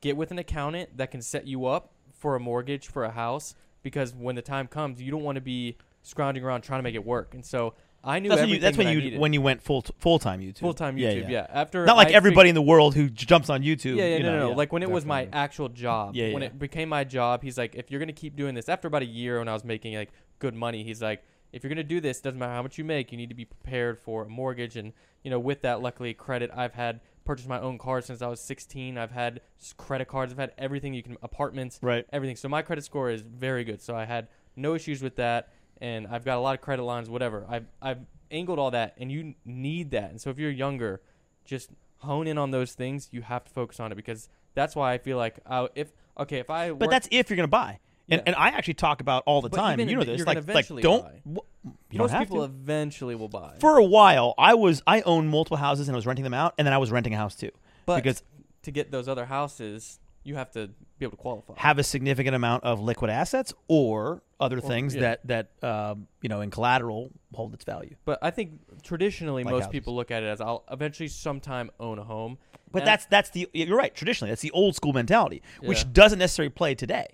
Speaker 4: get with an accountant that can set you up for a mortgage for a house because when the time comes, you don't want to be scrounging around trying to make it work. And so I knew
Speaker 3: that's when you
Speaker 4: everything
Speaker 3: that's when
Speaker 4: that I
Speaker 3: you
Speaker 4: needed.
Speaker 3: when you went full full time YouTube.
Speaker 4: full time YouTube.
Speaker 3: Yeah,
Speaker 4: Yeah,
Speaker 3: yeah.
Speaker 4: After
Speaker 3: Not like
Speaker 4: I fig-
Speaker 3: everybody in the world who j- jumps on YouTube.
Speaker 4: yeah, yeah,
Speaker 3: you
Speaker 4: no,
Speaker 3: know,
Speaker 4: no, no.
Speaker 3: yeah.
Speaker 4: Like when it was my
Speaker 2: Definitely.
Speaker 4: actual job,
Speaker 3: Yeah,
Speaker 4: when
Speaker 3: yeah.
Speaker 4: it became my job, he's like, if you're gonna keep doing this, after about a year when I was making like good money, he's like, if you're gonna do this, doesn't matter how much you make, you need to be prepared for a mortgage. And you know, with that, luckily, credit. I've had purchased my own car since I was 16. I've had s- credit cards. I've had everything you can, apartments,
Speaker 3: right.
Speaker 4: everything. So my credit score is very good. So I had no issues with that, and I've got a lot of credit lines, whatever. I've I've angled all that, and you need that. And so if you're younger, just hone in on those things. You have to focus on it because that's why I feel like I, if okay, if I
Speaker 3: But that's if you're going to buy. And,
Speaker 4: Yeah.
Speaker 3: and I actually talk about all the
Speaker 4: But
Speaker 3: time.
Speaker 4: even
Speaker 3: You know
Speaker 4: if
Speaker 3: this.
Speaker 4: you're
Speaker 3: Like,
Speaker 4: gonna
Speaker 3: like
Speaker 4: eventually
Speaker 3: don't.
Speaker 4: buy.
Speaker 3: wh- you don't
Speaker 4: most
Speaker 3: have
Speaker 4: people
Speaker 3: to.
Speaker 4: eventually will buy.
Speaker 3: For a while, I was I owned multiple houses and I was renting them out, and then I was renting a house too.
Speaker 4: but
Speaker 3: because
Speaker 4: to get those other houses, you have to be able to qualify.
Speaker 3: have a significant amount of liquid assets or other things
Speaker 4: yeah.
Speaker 3: that that um, you know in collateral hold its value.
Speaker 4: but I think traditionally
Speaker 3: Like
Speaker 4: most
Speaker 3: houses.
Speaker 4: people look at it as I'll eventually sometime own a home.
Speaker 3: But
Speaker 4: And-
Speaker 3: that's that's the you're right. Traditionally, that's the old school mentality,
Speaker 4: Yeah.
Speaker 3: which doesn't necessarily play today.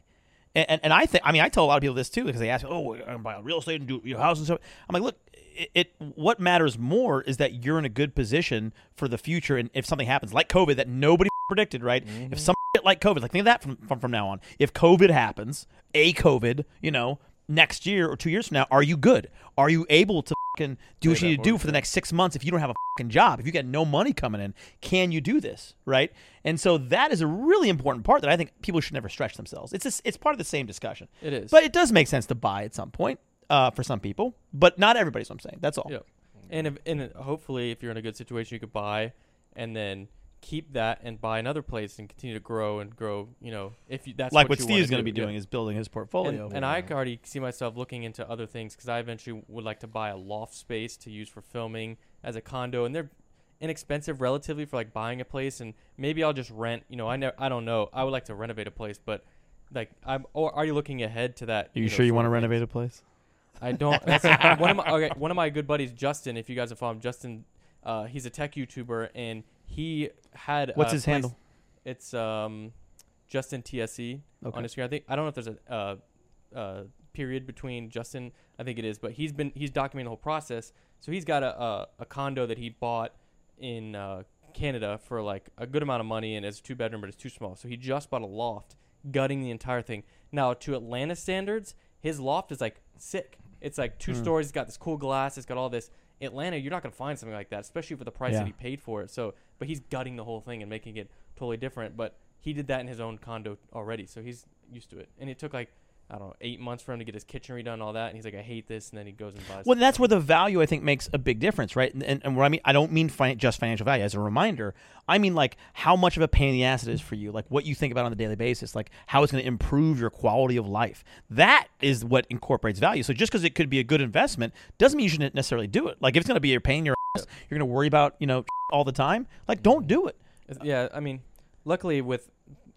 Speaker 3: And, and, and I think I mean I tell a lot of people this too because they ask, oh, I'm gonna buy real estate and do your house and stuff. I'm like, look, it, it what matters more is that you're in a good position for the future, and if something happens like COVID that nobody predicted, right?
Speaker 4: Mm-hmm.
Speaker 3: If some shit like COVID, like think of that from, from from now on. If COVID happens, a COVID, you know, next year or two years from now, are you good? Are you able to fucking do what
Speaker 4: Pay
Speaker 3: you
Speaker 4: that
Speaker 3: need to do
Speaker 4: mortgage,
Speaker 3: for the next six months if you don't have a fucking job? If you got no money coming in, can you do this? Right? And so that is a really important part that I think people should never stretch themselves. It's just, it's part of the same discussion.
Speaker 4: It is.
Speaker 3: But it does make sense to buy at some point uh, for some people, but not everybody's. What I'm saying. That's all.
Speaker 4: Yep. And if and it- hopefully, if you're in a good situation, you could buy, and then keep that and buy another place and continue to grow and grow. You know, if you, that's
Speaker 3: like what
Speaker 4: what you
Speaker 3: Steve's
Speaker 4: going to
Speaker 3: going to be doing is building his portfolio.
Speaker 4: And, and I can already see myself looking into other things because I eventually would like to buy a loft space to use for filming as a condo, and they're inexpensive relatively for like buying a place. And maybe I'll just rent. You know, I never, I don't know. I would like to renovate a place, but like, I'm. Or are you looking ahead to that?
Speaker 3: Are you sure you want to
Speaker 4: renovate?
Speaker 3: renovate a place?
Speaker 4: I don't. That's, one of my okay, one of my good buddies, Justin. If you guys have followed him, Justin, uh, he's a tech YouTuber, and he had
Speaker 3: What's
Speaker 4: a
Speaker 3: his
Speaker 4: place-
Speaker 3: handle?
Speaker 4: It's um, Justin TSE
Speaker 3: Okay.
Speaker 4: on Instagram. I think I don't know if there's a uh, uh, period between Justin. I think it is, but he's been he's documenting the whole process. So he's got a a, a condo that he bought in uh, Canada for like a good amount of money, and it's a two bedroom, but it's too small. So he just bought a loft, gutting the entire thing. Now to Atlanta standards, his loft is like sick. It's like two stories. It's got this cool glass. It's got all this. Atlanta, you're not gonna find something like that, especially for the price
Speaker 3: Yeah.
Speaker 4: that he paid for it. So, but he's gutting the whole thing and making it totally different. But he did that in his own condo already, so he's used to it. And it took like I don't know, eight months for him to get his kitchen redone and all that. And he's like, I hate this. And then he goes and buys.
Speaker 3: Well, that's where the value I think makes a big difference, right? And, and, and what I mean, I don't mean fin- just financial value. As a reminder, I mean like how much of a pain in the ass it is for you, like what you think about on a daily basis, like how it's going to improve your quality of life. That is what incorporates value. So just because it could be a good investment doesn't mean you shouldn't necessarily do it. Like if it's going to be your pain in your ass, you're going to worry about you know all the time. Like don't do it.
Speaker 4: It's- yeah, I mean, luckily with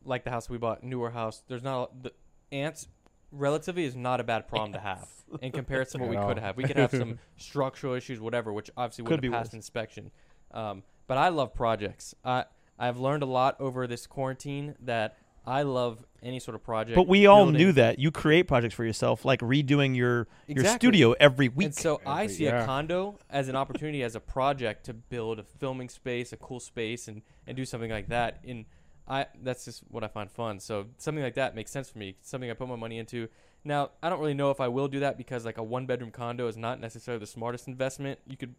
Speaker 4: like the house we bought, newer house, there's not the ants relatively is not a bad problem to have in comparison to what we
Speaker 2: At
Speaker 4: could
Speaker 2: all.
Speaker 4: have. We could have some structural issues, whatever, which obviously
Speaker 3: Could
Speaker 4: would
Speaker 3: be
Speaker 4: have passed
Speaker 3: worse.
Speaker 4: inspection. Um, but I love projects. I I've learned a lot over this quarantine that I love any sort of project.
Speaker 3: But we all
Speaker 4: building.
Speaker 3: knew that you create projects for yourself, like redoing your your
Speaker 4: Exactly.
Speaker 3: studio every week.
Speaker 4: And so I
Speaker 2: Every-
Speaker 4: see
Speaker 2: yeah.
Speaker 4: a condo as an opportunity, as a project to build a filming space, a cool space, and and do something like that. And I that's just what I find fun. So something like that makes sense for me. Something I put my money into. Now I don't really know if I will do that because like a one bedroom condo is not necessarily the smartest investment. You could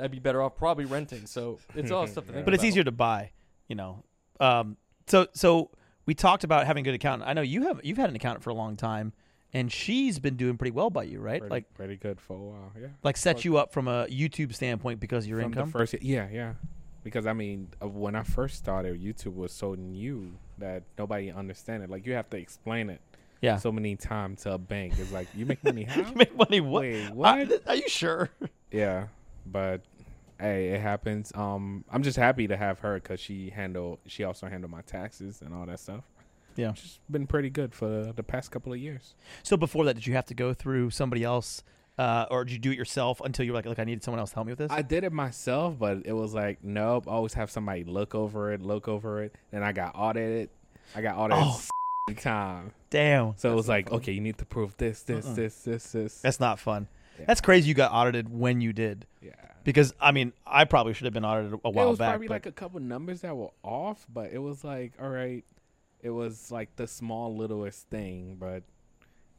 Speaker 4: I'd be better off probably renting. So it's all stuff to think
Speaker 3: but it's
Speaker 4: about.
Speaker 3: easier to buy, you know. Um, so so we talked about having a good accountant. I know you have you've had an accountant for a long time, and she's been doing pretty well by you, right?
Speaker 2: Pretty,
Speaker 3: Like
Speaker 2: pretty good for a while. Yeah.
Speaker 3: like set you up from a YouTube standpoint because of your
Speaker 2: From
Speaker 3: income.
Speaker 2: The first, yeah, yeah. Because I mean, uh, when I first started, YouTube was so new that nobody understand it. Like you have to explain it
Speaker 3: yeah,
Speaker 2: so many times to a bank. It's like you make money how?
Speaker 3: you make money. What?
Speaker 2: Wait,
Speaker 3: I-
Speaker 2: what?
Speaker 3: are you sure?
Speaker 2: yeah, but hey, it happens. Um, I'm just happy to have her because she handle she also handled my taxes and all that stuff.
Speaker 3: Yeah.
Speaker 2: which has been pretty good for the, the past couple of years.
Speaker 3: So before that, did you have to go through somebody else, uh, or did you do it yourself until you were like, look, I needed someone else to help me with this?
Speaker 2: I did it myself, but it was like nope. Always have somebody look over it, look over it. Then I got audited. I got audited.
Speaker 3: Oh,
Speaker 2: every time.
Speaker 3: Damn,
Speaker 2: So it was
Speaker 4: not
Speaker 2: like,
Speaker 4: fun.
Speaker 2: okay, you need to prove this, this,
Speaker 3: Mm-mm.
Speaker 2: this, this, this.
Speaker 3: that's not fun.
Speaker 2: Yeah.
Speaker 3: That's crazy. You got audited when you did.
Speaker 2: yeah.
Speaker 3: Because I mean, I probably should have been audited a while
Speaker 2: it was
Speaker 3: back.
Speaker 2: probably
Speaker 3: but-
Speaker 2: like a couple numbers that were off, but it was like, all right, it was like the small littlest thing, but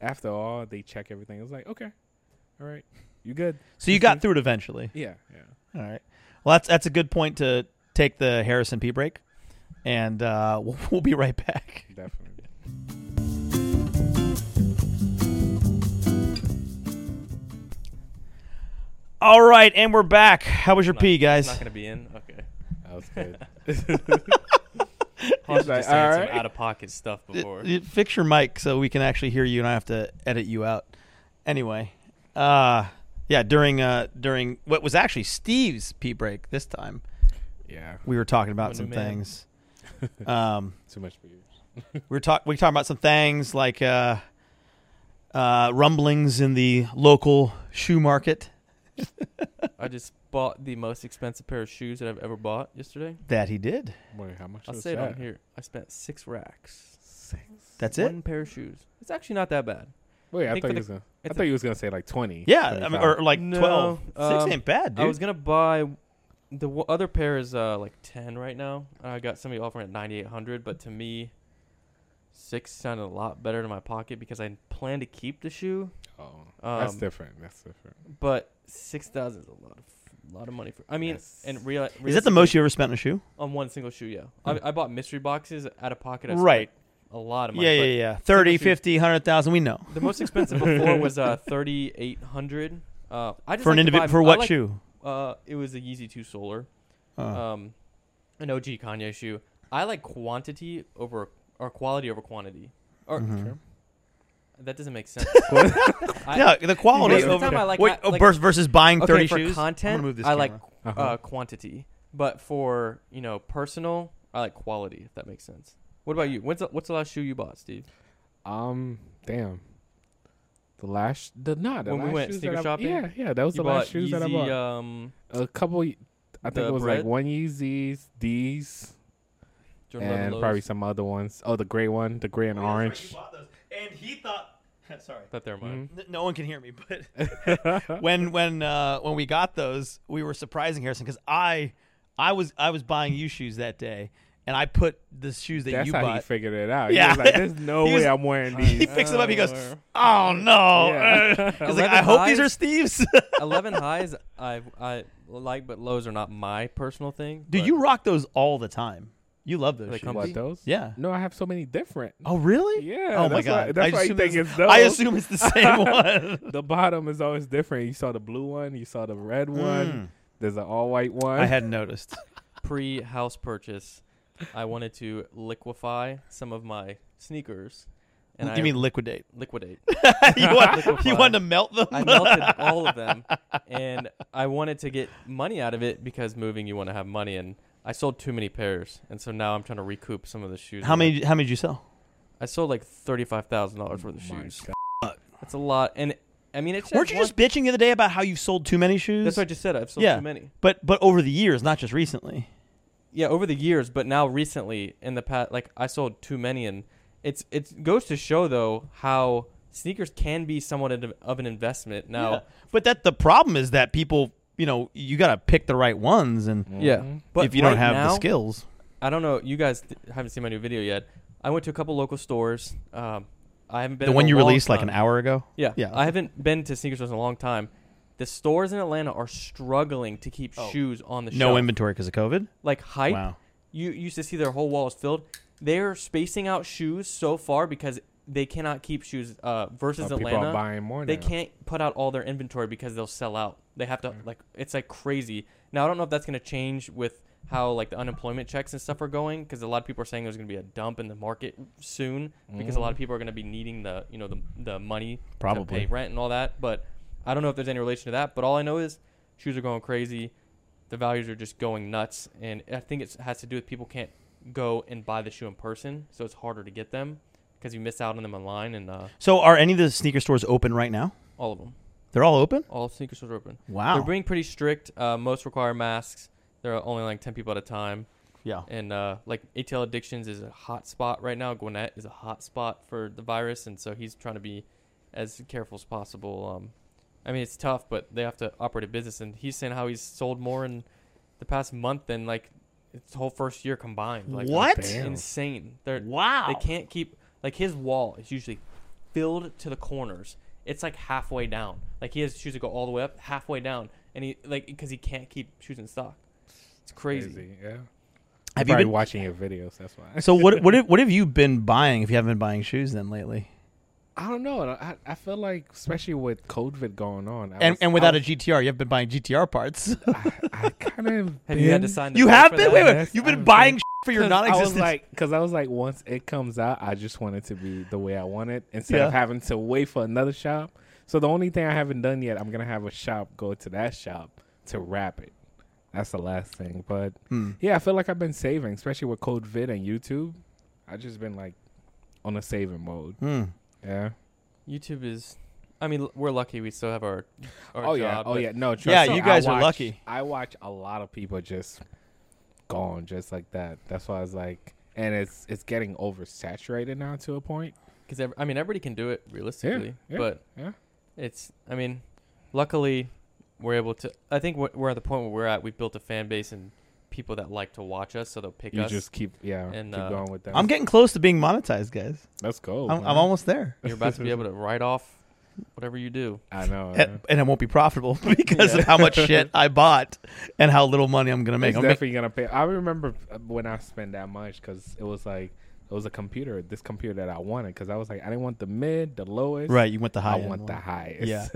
Speaker 2: after all, they check everything. It was like, okay, all right, you good?
Speaker 3: so you got through it eventually.
Speaker 2: Yeah, yeah.
Speaker 3: All right. Well, that's that's a good point to take the Harrison P break, and uh, we'll, we'll be right back.
Speaker 2: Definitely.
Speaker 3: All right, and we're back. How was your
Speaker 4: Not-
Speaker 3: pee,
Speaker 4: It's
Speaker 3: guys?
Speaker 4: not gonna be in. Okay.
Speaker 2: That was good.
Speaker 4: Hans was
Speaker 2: like,
Speaker 4: just saying
Speaker 2: "Alright."
Speaker 4: some out of pocket stuff before.
Speaker 3: Y- y- fix your mic so we can actually hear you, and I have to edit you out. Anyway, uh, yeah, during uh, during what was actually Steve's pee break this time,
Speaker 2: yeah,
Speaker 3: we were talking about
Speaker 4: Wonder
Speaker 3: some
Speaker 4: Man.
Speaker 3: things. Um,
Speaker 2: too much for you.
Speaker 3: we were talk we were talking about some things like uh, uh, rumblings in the local shoe market.
Speaker 4: I just bought the most expensive pair of shoes that I've ever bought yesterday.
Speaker 3: That he did.
Speaker 2: Wait, how much?
Speaker 4: I'll
Speaker 2: was
Speaker 4: say it
Speaker 2: that?
Speaker 4: on here. I spent six racks.
Speaker 2: Six.
Speaker 3: That's
Speaker 4: one
Speaker 3: it.
Speaker 4: One pair of shoes. It's actually not that bad.
Speaker 2: Wait, I,
Speaker 4: think
Speaker 2: thought
Speaker 4: for
Speaker 2: you
Speaker 4: the-
Speaker 2: was gonna. I
Speaker 4: it's
Speaker 2: thought
Speaker 4: a-
Speaker 2: you was gonna say like twenty.
Speaker 3: Yeah, I mean,
Speaker 2: 25.
Speaker 3: or like
Speaker 4: No,
Speaker 3: twelve.
Speaker 4: um,
Speaker 3: Six ain't bad, dude.
Speaker 4: I was gonna buy the w- other pair is uh like ten right now. I got somebody offering at ninety eight hundred, but to me, six sounded a lot better to my pocket because I plan to keep the shoe.
Speaker 2: Oh, that's
Speaker 4: Um,
Speaker 2: different. That's different.
Speaker 4: But six thousand is a lot of a lot of money for. I mean,
Speaker 2: Yes.
Speaker 4: and real
Speaker 3: Is that the most you ever spent on a shoe?
Speaker 4: on one single shoe? Yeah, I, I bought mystery boxes out of pocket. I spent
Speaker 3: Right.
Speaker 4: a lot of money.
Speaker 3: Yeah,
Speaker 4: but
Speaker 3: yeah, yeah. 30,
Speaker 4: shoe-
Speaker 3: 50, 100,000, We know
Speaker 4: The most expensive before was uh thirty eight hundred. Uh, I just
Speaker 3: for an
Speaker 4: like to
Speaker 3: individual
Speaker 4: buy-
Speaker 3: for
Speaker 4: I
Speaker 3: what
Speaker 4: like-
Speaker 3: shoe?
Speaker 4: Uh, it was a Yeezy Two Solar,
Speaker 3: Uh,
Speaker 4: um, an OG Kanye shoe. I like quantity over or quality over quantity. Or
Speaker 3: mhm.
Speaker 4: that doesn't make sense. I-
Speaker 3: yeah, the quality
Speaker 4: most of the
Speaker 3: over
Speaker 4: time I like
Speaker 3: wait,
Speaker 4: ha-
Speaker 3: oh,
Speaker 4: like-
Speaker 3: vers- versus buying
Speaker 4: okay,
Speaker 3: thirty
Speaker 4: for
Speaker 3: shoes. I'm gonna
Speaker 4: content,
Speaker 3: move this
Speaker 4: I like
Speaker 3: camera.
Speaker 2: Uh-huh.
Speaker 4: uh, quantity, but for you know personal, I like quality. If that makes sense. What about you? When's the, what's the last shoe you bought, Steve? uh,
Speaker 2: Um, damn. The last, the not the
Speaker 4: When we
Speaker 2: last
Speaker 4: went
Speaker 2: shoes that
Speaker 4: sneaker
Speaker 2: I-
Speaker 4: shopping?
Speaker 2: Yeah, yeah, that was
Speaker 4: you
Speaker 2: the last
Speaker 4: bought
Speaker 2: shoes that I
Speaker 4: Yeezy,
Speaker 2: bought.
Speaker 4: Um,
Speaker 2: a couple, y- I think
Speaker 4: the
Speaker 2: it was
Speaker 4: bread?
Speaker 2: like one Yeezys, these,
Speaker 4: Jordan 11
Speaker 2: and
Speaker 4: Lows.
Speaker 2: probably some other ones. Oh, the gray one, the gray and orange.
Speaker 3: And he thought, sorry,
Speaker 4: But they're
Speaker 2: Mm-hmm.
Speaker 4: mine.
Speaker 3: no one can hear me. But when when uh, when we got those, we were surprising Harrison because I I was I was buying you shoes that day, and I put the shoes that
Speaker 2: That's
Speaker 3: you
Speaker 2: how
Speaker 3: bought.
Speaker 2: he figured it out.
Speaker 3: Yeah.
Speaker 2: Yeah, he was like, "There's no
Speaker 3: He was-
Speaker 2: way I'm wearing
Speaker 3: he
Speaker 2: these."
Speaker 3: picks them up. He goes,
Speaker 4: Oh.
Speaker 3: "Oh no!"
Speaker 2: Yeah.
Speaker 3: He's like, "I hope these are Steve's."
Speaker 4: 11 highs I I like, but lows are not my personal thing.
Speaker 3: Dude,
Speaker 4: but
Speaker 3: you rock those all the time. You love those
Speaker 4: They
Speaker 3: shoes.
Speaker 4: come-
Speaker 2: What those?
Speaker 3: Yeah.
Speaker 2: No, I have so many different.
Speaker 3: Oh, really?
Speaker 2: Yeah.
Speaker 3: Oh my
Speaker 2: that's why-
Speaker 3: god.
Speaker 2: that's
Speaker 3: I
Speaker 2: why you
Speaker 3: assume
Speaker 2: think
Speaker 3: it's-
Speaker 2: it's those.
Speaker 3: I assume it's the same one.
Speaker 2: the bottom is always different. You saw the blue one. You saw the red one. There's an all white one.
Speaker 3: Hmm. I hadn't noticed.
Speaker 4: Pre house purchase, I wanted to liquefy some of my sneakers, and I
Speaker 3: you mean liquidate?
Speaker 4: liquidate.
Speaker 3: you, want,
Speaker 4: Liquefy.
Speaker 3: you wanted to melt them?
Speaker 4: I melted all of them, and I wanted to get money out of it because moving, you want to have money, and I sold too many pairs, and so now I'm trying to recoup some of the shoes.
Speaker 3: How
Speaker 4: I-
Speaker 3: many? How many did you sell?
Speaker 4: I sold like thirty-five thousand dollars worth of
Speaker 2: Oh My
Speaker 4: shoes.
Speaker 2: God.
Speaker 4: That's a lot, and I mean, it's
Speaker 3: Weren't you just bitching the other day about how you sold too many shoes?
Speaker 4: That's what I just said. I've sold
Speaker 3: Yeah.
Speaker 4: too many.
Speaker 3: But but over the years, not just recently.
Speaker 4: Yeah, over the years, but now recently in the past, like I sold too many, and it's it goes to show though how sneakers can be somewhat of of an investment now.
Speaker 3: Yeah. But that the problem is that people, you know, you got to pick the right ones, and
Speaker 4: Yeah, but
Speaker 3: if you don't
Speaker 4: right
Speaker 3: have the
Speaker 4: now,
Speaker 3: skills,
Speaker 4: I don't know. You guys th- haven't seen my new video yet. I went to a couple local stores. Um, I haven't been
Speaker 3: the
Speaker 4: in
Speaker 3: one
Speaker 4: a
Speaker 3: you
Speaker 4: long
Speaker 3: released like
Speaker 4: time.
Speaker 3: an hour ago.
Speaker 4: Yeah,
Speaker 3: Yeah.
Speaker 4: I haven't been to sneaker stores in a long time. The stores in Atlanta are struggling to keep shoes on the
Speaker 3: Oh. No
Speaker 4: shelf.
Speaker 3: inventory because of COVID.
Speaker 4: like hype.
Speaker 3: Wow.
Speaker 4: You you used to see their whole wall is filled. They're spacing out shoes so far because they cannot keep shoes. Uh, versus
Speaker 2: Some people are
Speaker 4: Atlanta,
Speaker 2: buying more
Speaker 4: they
Speaker 2: now.
Speaker 4: can't put out all their inventory because they'll sell out. They have to
Speaker 2: Mm-hmm.
Speaker 4: like it's like crazy. Now I don't know if that's gonna change with how like the unemployment checks and stuff are going because a lot of people are saying there's gonna be a dump in the market soon because a
Speaker 2: Mm-hmm.
Speaker 4: lot of people are gonna be needing the you know the the money to
Speaker 3: Probably.
Speaker 4: pay rent and all that. But I don't know if there's any relation to that. But all I know is shoes are going crazy. The values are just going nuts, and I think it has to do with people can't go and buy the shoe in person, so it's harder to get them because you miss out on them online and uh,
Speaker 3: So are any of the sneaker stores open right now?
Speaker 4: all of them.
Speaker 3: They're all open.
Speaker 4: All sneaker stores are open.
Speaker 3: Wow.
Speaker 4: They're being pretty strict. Uh, most require masks. There are only like 10 people at a time.
Speaker 3: yeah.
Speaker 4: And uh, like ATL Addictions is a hot spot right now. Gwinnett is a hot spot for the virus. And so he's trying to be as careful as possible. Um, I mean, it's tough, but they have to operate a business. And he's saying how he's sold more in the past month than like its whole first year combined. Like,
Speaker 3: What?
Speaker 4: It's
Speaker 2: Damn.
Speaker 4: insane. They're,
Speaker 3: Wow.
Speaker 4: They can't keep, like, his wall is usually filled to the corners. It's like halfway down. Like he has shoes that go all the way up, halfway down, and he like because he can't keep shoes in stock. It's crazy.
Speaker 2: Yeah.
Speaker 3: Have
Speaker 2: Have
Speaker 3: you
Speaker 2: you
Speaker 3: been-
Speaker 2: watching your videos? That's why.
Speaker 3: So what what have, what have you been buying if you haven't been buying shoes then lately?
Speaker 2: I don't know. I, I feel like, especially with COVID going on, I
Speaker 3: And
Speaker 2: was-
Speaker 3: and without
Speaker 2: I
Speaker 3: a GTR, you have been buying GTR parts.
Speaker 2: was- I, I kind of
Speaker 4: Have you had to
Speaker 2: been-
Speaker 4: sign? The
Speaker 3: you
Speaker 4: paper
Speaker 3: have
Speaker 4: for
Speaker 3: been
Speaker 4: that?
Speaker 3: wait, wait,
Speaker 2: Yes,
Speaker 3: you've
Speaker 2: I've
Speaker 3: been
Speaker 2: been.
Speaker 3: buying for your
Speaker 2: 'Cause
Speaker 3: non-existent.
Speaker 2: I was like, because I was like, once it comes out, I just want it to be the way I want it instead of
Speaker 3: Yeah.
Speaker 2: having to wait for another shop. So the only thing I haven't done yet, I'm gonna have a shop go to that shop to wrap it. That's the last thing. But
Speaker 3: Hmm.
Speaker 2: yeah, I feel like I've been saving, especially with Code Vid and YouTube. I just been like on a saving mode.
Speaker 3: Hmm.
Speaker 2: Yeah.
Speaker 4: YouTube is. I mean, l- we're lucky we still have our. our
Speaker 2: oh
Speaker 4: job,
Speaker 2: yeah. Oh
Speaker 4: but
Speaker 2: yeah. No. Trust
Speaker 3: Yeah,
Speaker 2: me,
Speaker 3: you
Speaker 2: I
Speaker 3: guys are
Speaker 2: watch-
Speaker 3: lucky.
Speaker 2: I watch a lot of people just gone, just like that. That's why I was like, and it's it's getting oversaturated now to a point.
Speaker 4: Because ev- I mean, everybody can do it realistically,
Speaker 2: yeah,
Speaker 4: but
Speaker 2: yeah.
Speaker 4: it's. I mean, luckily, we're able to. I think we're, we're at the point where we're at. We've built a fan base and people that like to watch us, so they'll pick
Speaker 2: You
Speaker 4: us.
Speaker 2: just keep yeah,
Speaker 4: and,
Speaker 2: keep
Speaker 4: uh,
Speaker 2: going with that.
Speaker 3: I'm getting close to being monetized, guys.
Speaker 2: Let's
Speaker 4: Oh,
Speaker 2: go.
Speaker 3: I'm,
Speaker 2: man.
Speaker 3: I'm almost there.
Speaker 4: You're about to be able to write off whatever you do.
Speaker 2: I know. I know.
Speaker 3: And and it won't be profitable because of how much shit I bought and how little money I'm going to make.
Speaker 2: it's
Speaker 3: I'm
Speaker 2: definitely gonna pay. I remember when I spent that much because it was like it was a computer, this computer that I wanted because I was like I didn't want the mid, the lowest.
Speaker 3: make- right, you went the high
Speaker 2: I
Speaker 3: end
Speaker 2: want the
Speaker 3: one.
Speaker 2: highest.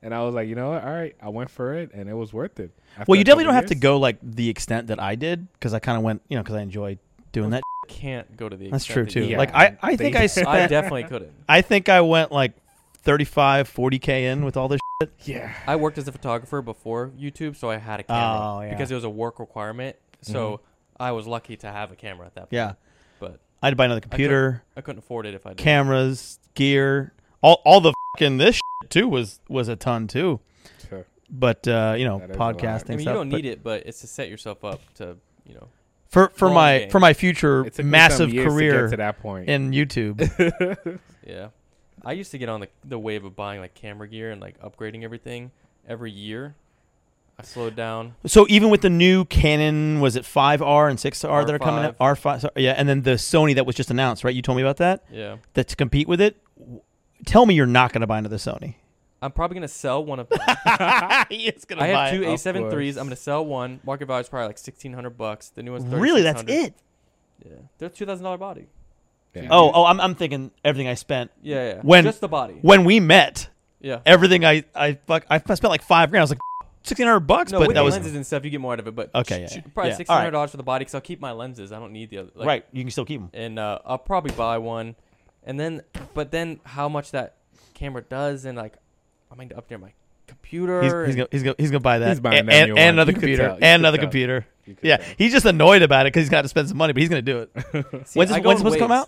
Speaker 2: and I was like, you know what? All right, I went for it, and it was worth it. After
Speaker 3: Well, you
Speaker 2: a
Speaker 3: definitely
Speaker 2: couple
Speaker 3: don't have to
Speaker 2: years-
Speaker 3: go like the extent that I did because I kind of went, you know, because I enjoy doing that.
Speaker 4: Can't go to the.
Speaker 3: That's
Speaker 4: extent
Speaker 3: true
Speaker 4: that
Speaker 3: too.
Speaker 4: you-
Speaker 2: Yeah.
Speaker 3: Like I, I think I
Speaker 2: They-
Speaker 3: spent,
Speaker 4: I
Speaker 3: I,
Speaker 4: definitely couldn't.
Speaker 3: think I went like 35, 40 k in with all this.
Speaker 2: Yeah.
Speaker 4: I worked as a photographer before YouTube, so I had a camera
Speaker 3: Oh, yeah. Mm-hmm.
Speaker 4: because it was a work requirement. So I was lucky to have a camera at that point.
Speaker 3: Shit. Yeah,
Speaker 4: but
Speaker 3: I had to buy another computer,
Speaker 4: I couldn't afford it if I did.
Speaker 3: cameras, gear, all all the fucking this shit too was was a ton too.
Speaker 2: Sure.
Speaker 3: But uh, you know,
Speaker 2: That is a lot.
Speaker 3: podcasting.
Speaker 4: I mean, you
Speaker 3: stuff,
Speaker 4: don't
Speaker 3: but
Speaker 4: need it, but it's to set yourself up to, you know,
Speaker 3: for for
Speaker 4: long
Speaker 3: my
Speaker 4: game.
Speaker 3: for my future
Speaker 2: It took me some
Speaker 3: massive
Speaker 2: years to get
Speaker 3: career
Speaker 2: to that point.
Speaker 3: in YouTube.
Speaker 4: yeah. I used to get on the the wave of buying like camera gear and like upgrading everything every year. I slowed down.
Speaker 3: so even with the new Canon, was it 5R and 6R that are coming out? R5, sorry, yeah, and then the Sony that was just announced, right? You told me about that.
Speaker 4: Yeah,
Speaker 3: That to compete with it, w- tell me you're not going to buy another Sony.
Speaker 4: I'm probably gonna sell one of. Them.
Speaker 3: he is going
Speaker 4: I have two
Speaker 2: Of
Speaker 4: A73s.
Speaker 2: course.
Speaker 4: I'm gonna sell one. Market value is probably like sixteen hundred bucks. The new one's
Speaker 3: Really, that's
Speaker 4: 3600.
Speaker 3: it.
Speaker 4: Yeah, they're two thousand dollar body.
Speaker 2: Yeah.
Speaker 3: Oh, oh, I'm, I'm thinking everything I spent
Speaker 4: Yeah, yeah.
Speaker 3: When-
Speaker 4: just the body.
Speaker 3: when we met.
Speaker 4: yeah.
Speaker 3: Everything I I fuck I spent like five grand. I was like sixteen hundred bucks,
Speaker 4: No,
Speaker 3: but
Speaker 4: with
Speaker 3: that
Speaker 4: the
Speaker 3: was
Speaker 4: lenses and stuff, you get more out of it. But
Speaker 3: Okay,
Speaker 4: sh-
Speaker 3: yeah,
Speaker 4: sh- probably
Speaker 3: yeah.
Speaker 4: six hundred dollars for the body because I'll keep my lenses. I don't need the other. like,
Speaker 3: right. You can still keep them.
Speaker 4: and uh, I'll probably buy one. And then, but then, how much that camera does, and like, I'm going to update my computer.
Speaker 3: He's,
Speaker 4: and-
Speaker 3: he's gonna he's gonna he's gonna buy that
Speaker 2: He's buying
Speaker 3: and,
Speaker 2: that
Speaker 3: and,
Speaker 2: new
Speaker 3: and
Speaker 2: one.
Speaker 3: another
Speaker 2: You could
Speaker 3: computer
Speaker 2: tell. You
Speaker 3: and
Speaker 2: could
Speaker 3: another
Speaker 2: tell.
Speaker 3: computer.
Speaker 2: You could
Speaker 3: Yeah,
Speaker 2: tell.
Speaker 3: he's just annoyed about it because he's got to spend some money, but he's gonna do it.
Speaker 4: See,
Speaker 3: when's
Speaker 4: I
Speaker 3: this-
Speaker 4: go
Speaker 3: when's
Speaker 4: in
Speaker 3: supposed to come
Speaker 4: waves.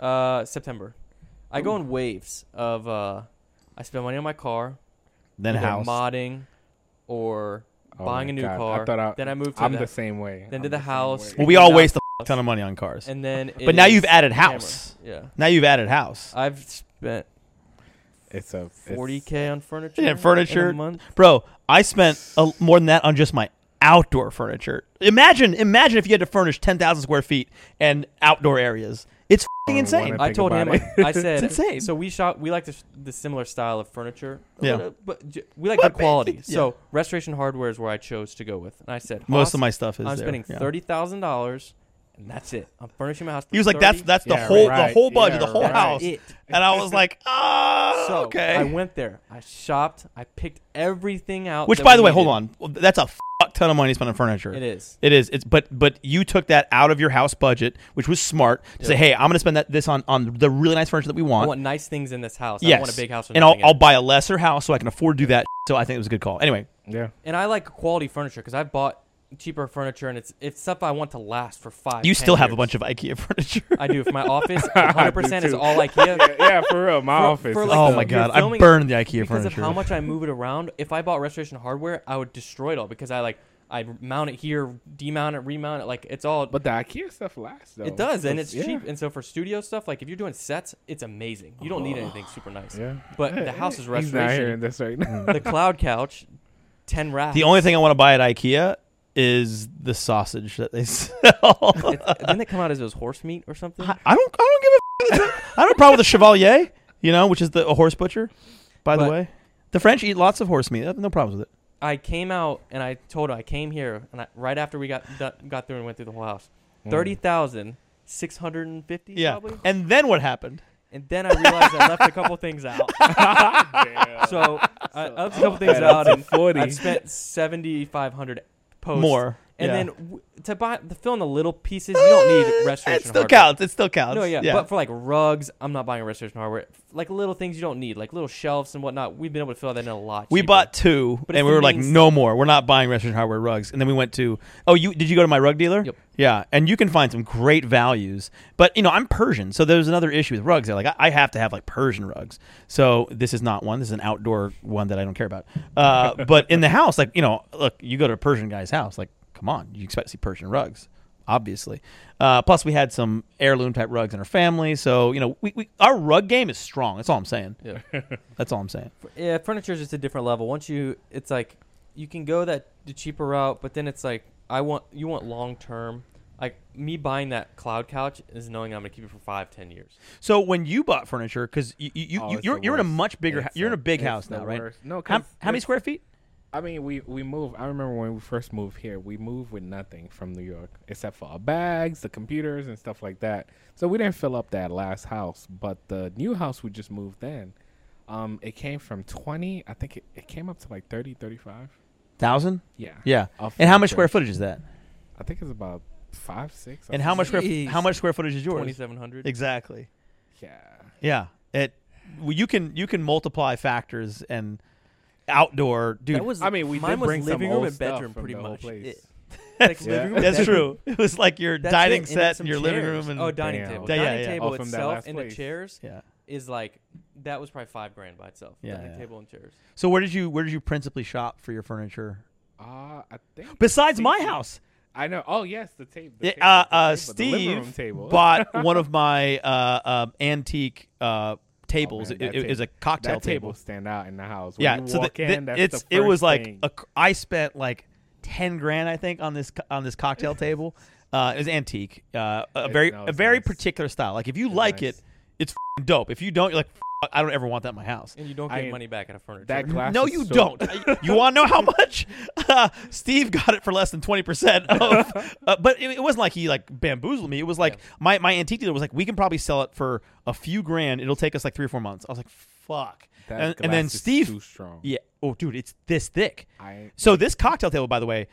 Speaker 4: Uh, September. I go in waves of uh, I spend money on my car,
Speaker 3: Then
Speaker 4: either
Speaker 3: house.
Speaker 4: modding, or
Speaker 2: Oh
Speaker 4: buying
Speaker 2: my
Speaker 4: a new
Speaker 2: God.
Speaker 4: car.
Speaker 2: I thought I,
Speaker 4: then I move to
Speaker 2: I'm
Speaker 4: that.
Speaker 2: the same way.
Speaker 4: then
Speaker 2: I'm
Speaker 4: to the
Speaker 2: same
Speaker 4: house.
Speaker 2: way.
Speaker 3: Well, we all
Speaker 4: Now-
Speaker 3: waste a f- ton of money on cars.
Speaker 4: and then. it
Speaker 3: But now you've
Speaker 4: is
Speaker 3: added
Speaker 4: camera.
Speaker 3: house.
Speaker 4: Yeah,
Speaker 3: Now you've added house,
Speaker 4: I've spent
Speaker 2: It's a it's-
Speaker 4: 40k on furniture.
Speaker 3: Yeah,
Speaker 4: in a
Speaker 3: furniture.
Speaker 4: month.
Speaker 3: bro. I spent a, more than that on just my outdoor furniture. Imagine imagine if you had to furnish ten thousand square feet and outdoor areas. It's f***ing
Speaker 2: Oh,
Speaker 3: insane.
Speaker 2: what
Speaker 4: I
Speaker 2: think
Speaker 4: told
Speaker 2: about
Speaker 4: him.
Speaker 2: it.
Speaker 4: I said.
Speaker 3: It's insane.
Speaker 4: So we shop. We like the, the similar style of furniture.
Speaker 3: Yeah.
Speaker 4: But, but j- we like
Speaker 3: But
Speaker 4: good quality.
Speaker 3: ba- yeah.
Speaker 4: So Restoration Hardware is where I chose to go with, and I said
Speaker 3: Most
Speaker 4: Haas,
Speaker 3: of my stuff is.
Speaker 4: I'm
Speaker 3: there,
Speaker 4: spending
Speaker 3: yeah.
Speaker 4: thirty thousand dollars, and that's it. I'm furnishing my house.
Speaker 3: He was like, "That's that's the
Speaker 2: Yeah,
Speaker 3: whole
Speaker 2: right.
Speaker 3: the whole budget,
Speaker 2: Yeah,
Speaker 3: the whole
Speaker 2: right.
Speaker 3: house,"
Speaker 4: It.
Speaker 3: and I was like, "Ah,
Speaker 4: So
Speaker 3: okay."
Speaker 4: I went there. I shopped. I picked everything out.
Speaker 3: Which,
Speaker 4: that
Speaker 3: by
Speaker 4: we
Speaker 3: the way,
Speaker 4: needed.
Speaker 3: hold on, Well, that's a fuck ton of money spent on furniture.
Speaker 4: It is.
Speaker 3: It is. It's but but you took that out of your house budget, which was smart. To say,
Speaker 4: Yeah.
Speaker 3: hey, I'm going to spend that this on on the really nice furniture that we
Speaker 4: I
Speaker 3: want.
Speaker 4: want nice things in this house.
Speaker 3: yes,
Speaker 4: I want a big house. with
Speaker 3: and I'll,
Speaker 4: nothing in
Speaker 3: I'll
Speaker 4: it.
Speaker 3: buy a lesser house so I can afford to do that. So I think it was a good call. Anyway,
Speaker 2: Yeah.
Speaker 4: and I like quality furniture because I've bought cheaper furniture, and it's it's stuff I want to last for five.
Speaker 3: you still have a
Speaker 4: of.
Speaker 3: bunch of IKEA furniture.
Speaker 4: I do. For my office,
Speaker 2: I do
Speaker 4: 100% is
Speaker 2: too.
Speaker 4: all IKEA.
Speaker 2: yeah, yeah, for real. My
Speaker 4: For-
Speaker 2: office.
Speaker 4: for
Speaker 2: is
Speaker 4: like
Speaker 3: oh
Speaker 4: the-
Speaker 2: so-
Speaker 3: my
Speaker 4: you're
Speaker 3: god, I
Speaker 4: filming
Speaker 3: burned the IKEA
Speaker 4: Because
Speaker 3: furniture.
Speaker 4: of how much I move it around, if I bought restoration hardware, I would destroy it all because I like I mount it here, demount it, remount it. Like it's all.
Speaker 2: But the IKEA stuff lasts though.
Speaker 4: it does, and it's
Speaker 2: yeah.
Speaker 4: cheap. And so for studio stuff, like if you're doing sets, it's amazing. You don't need anything super nice.
Speaker 2: Yeah. Mm,
Speaker 4: But the house is
Speaker 2: He's not hearing
Speaker 4: restoration.
Speaker 2: this right now.
Speaker 4: The cloud couch, ten racks.
Speaker 3: the only thing I want to buy at IKEA is the sausage that they sell.
Speaker 4: It's- didn't it come out as it was horse meat or something?
Speaker 3: I I don't. I don't give a. I have a problem with the Chevalier. You know, which is the a horse butcher. By the
Speaker 4: But-
Speaker 3: way, the French eat lots of horse meat. I have no problems with it.
Speaker 4: I came out and I told her I came here and I, right after we got done, got through and went through the whole house,
Speaker 2: Hmm. mm.
Speaker 4: thirty thousand six hundred and fifty.
Speaker 3: Yeah.
Speaker 4: Probably.
Speaker 3: And then what happened?
Speaker 4: And then I realized I left a couple things out. So I I left a couple things out, and
Speaker 2: Forty.
Speaker 4: I spent seventy five hundred posts
Speaker 3: More.
Speaker 4: And
Speaker 3: Yeah. Eh,
Speaker 4: then w- to buy to fill in the little pieces, you don't need restoration.
Speaker 3: It still
Speaker 4: hardware.
Speaker 3: counts. It still counts.
Speaker 4: No, yeah. but for like rugs, I'm not buying restoration hardware. Like little things you don't need, like little shelves and whatnot. We've been able to fill that in a lot.
Speaker 3: we
Speaker 4: cheaper.
Speaker 3: bought two,
Speaker 4: But
Speaker 3: and
Speaker 4: if
Speaker 3: we
Speaker 4: it
Speaker 3: were like,
Speaker 4: means-
Speaker 3: "No more. We're not buying Restoration Hardware rugs." And then we went to, "Oh, you did you go to my rug dealer?"
Speaker 4: Yep.
Speaker 3: Yeah, and you can find some great values. But you know, I'm Persian, so there's another issue with rugs. Like I, I have to have like Persian rugs. So this is not one. This is an outdoor one that I don't care about. Uh, but in the house, like you know, look, you go to a Persian guy's house, like come on, you expect to see Persian rugs. Obviously, uh, plus we had some heirloom type rugs in our family, so you know we, we our rug game is strong. That's all I'm saying.
Speaker 4: Yeah.
Speaker 3: That's all I'm saying.
Speaker 4: Yeah, furniture is just a different level. Once you, it's like you can go that the cheaper route, but then it's like I want you want long term. Like me buying that cloud couch is knowing I'm gonna keep it for five, ten years.
Speaker 3: So when you bought furniture, because you, you, you,
Speaker 2: Oh,
Speaker 3: you
Speaker 2: it's
Speaker 3: you're,
Speaker 2: the
Speaker 3: you're in a
Speaker 2: worst.
Speaker 3: much bigger, hou-
Speaker 2: It's
Speaker 3: you're in a
Speaker 2: the-
Speaker 3: big
Speaker 2: it's
Speaker 3: house
Speaker 2: the
Speaker 3: now, right?
Speaker 2: worst. No,
Speaker 3: How,
Speaker 2: 'cause
Speaker 3: how many
Speaker 2: it's-
Speaker 3: square feet?
Speaker 2: I mean, we we moved. I remember when we first moved here, we moved with nothing from New York except for our bags, the computers, and stuff like that. So we didn't fill up that last house, but the new house we just moved in, um, it came from twenty. I think it, it came up to like 30, 35.
Speaker 3: Thousand.
Speaker 2: Yeah.
Speaker 3: Yeah.
Speaker 2: Of
Speaker 3: And how much square
Speaker 2: furniture.
Speaker 3: footage is that?
Speaker 2: I think it's about five, six.
Speaker 3: And how much square
Speaker 4: Jeez.
Speaker 3: how much square footage is
Speaker 4: Twenty
Speaker 3: yours?
Speaker 4: seven hundred.
Speaker 3: Exactly.
Speaker 2: Yeah.
Speaker 3: Yeah. It. Well, you can you can multiply factors and outdoor dude.
Speaker 4: That was.
Speaker 2: I mean, we
Speaker 4: mine
Speaker 2: did
Speaker 4: was
Speaker 2: bring some
Speaker 4: living room
Speaker 2: old
Speaker 4: and
Speaker 2: stuff
Speaker 4: bedroom,
Speaker 2: from
Speaker 4: pretty
Speaker 2: the whole
Speaker 4: much.
Speaker 2: place.
Speaker 4: It-
Speaker 3: That's-
Speaker 4: like,
Speaker 2: Yeah.
Speaker 4: living room and
Speaker 3: that's
Speaker 4: bedroom.
Speaker 3: true. It was like your
Speaker 4: That's it,
Speaker 3: dining
Speaker 4: and then
Speaker 3: set
Speaker 4: some
Speaker 3: and your living
Speaker 4: chairs.
Speaker 3: room and
Speaker 4: oh dining
Speaker 2: Damn.
Speaker 4: table.
Speaker 3: Yeah, yeah,
Speaker 4: dining
Speaker 3: yeah.
Speaker 4: table
Speaker 2: Oh, from that
Speaker 4: itself
Speaker 2: last
Speaker 4: and the
Speaker 2: place.
Speaker 4: chairs
Speaker 3: yeah.
Speaker 4: is like that was probably five grand by itself.
Speaker 3: Yeah,
Speaker 4: dining
Speaker 3: yeah.
Speaker 4: table and chairs.
Speaker 3: So where did you where did you principally shop for your furniture?
Speaker 2: Uh, I think.
Speaker 3: Besides my house.
Speaker 2: I know. Oh yes, the tape. The
Speaker 3: Yeah,
Speaker 2: table,
Speaker 3: uh,
Speaker 2: the
Speaker 3: uh,
Speaker 2: table, the living room
Speaker 3: Steve
Speaker 2: table.
Speaker 3: bought one of my uh, um antique uh, tables.
Speaker 2: Oh, man,
Speaker 3: it,
Speaker 2: that
Speaker 3: it- it was a
Speaker 2: table-
Speaker 3: cocktail
Speaker 2: that table stand out in the house. When
Speaker 3: yeah,
Speaker 2: you
Speaker 3: so
Speaker 2: walk
Speaker 3: the,
Speaker 2: in,
Speaker 3: the-
Speaker 2: that's
Speaker 3: it's
Speaker 2: the
Speaker 3: it was
Speaker 2: first
Speaker 3: like
Speaker 2: thing.
Speaker 3: a, I spent like ten grand I think on this co- on this cocktail table. Uh, it was antique, uh, a
Speaker 2: It
Speaker 3: very a
Speaker 2: smells
Speaker 3: very
Speaker 2: nice.
Speaker 3: particular style. Like if you
Speaker 2: It's
Speaker 3: like
Speaker 2: nice.
Speaker 3: it, it's fing dope. If you don't, you're like I don't ever want that in my house.
Speaker 4: And you don't
Speaker 2: I
Speaker 4: get
Speaker 2: am-
Speaker 4: money back at a furniture.
Speaker 2: That glass.
Speaker 3: No,
Speaker 2: is
Speaker 3: you
Speaker 2: so-
Speaker 3: don't. you want to know how much? Uh, Steve got it for less than twenty percent of. Uh, but it, it wasn't like he like bamboozled me. It was like my my antique dealer was like, we can probably sell it for a few grand. It'll take us like three or four months. I was like, fuck.
Speaker 2: That
Speaker 3: and,
Speaker 2: glass
Speaker 3: and then
Speaker 2: is
Speaker 3: Steve,
Speaker 2: too strong.
Speaker 3: yeah. Oh, dude, it's this thick.
Speaker 2: I-
Speaker 3: so this cocktail table, by the way,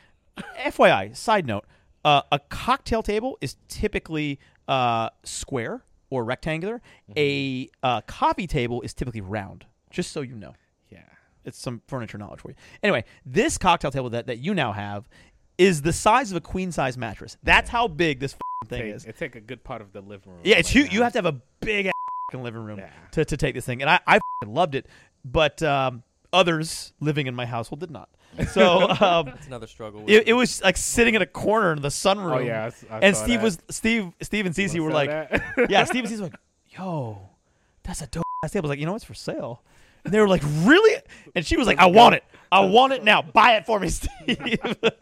Speaker 3: FYI, side note, uh, a cocktail table is typically uh, square or rectangular.
Speaker 2: Mm-hmm.
Speaker 3: A uh, coffee table is typically round. Just so you know
Speaker 2: Yeah.
Speaker 3: it's some furniture knowledge for you. Anyway, this cocktail table that, that you now have is the size of a queen size mattress. That's how big this fing thing
Speaker 2: Take,
Speaker 3: is.
Speaker 2: it take a good part of the living room.
Speaker 3: yeah, it's
Speaker 2: like
Speaker 3: huge.
Speaker 2: that.
Speaker 3: You have to have a big ass fing living room
Speaker 2: Yeah.
Speaker 3: to, to take this thing, and I, I fing loved it. But um, others living in my household did not. So um,
Speaker 4: That's another struggle.
Speaker 3: it, it was like sitting in a corner in the sunroom.
Speaker 2: Oh yeah. I s- I
Speaker 3: and
Speaker 2: saw
Speaker 3: Steve
Speaker 2: that.
Speaker 3: was Steve Steve and Cece
Speaker 2: I
Speaker 3: were
Speaker 2: saw
Speaker 3: like,
Speaker 2: that.
Speaker 3: yeah, Steve and Cece were like, yo, that's a dope ass table. I was like, you know, it's for sale. And they were like, really? And she was like, I want it. I want it now. Buy it for me, Steve. And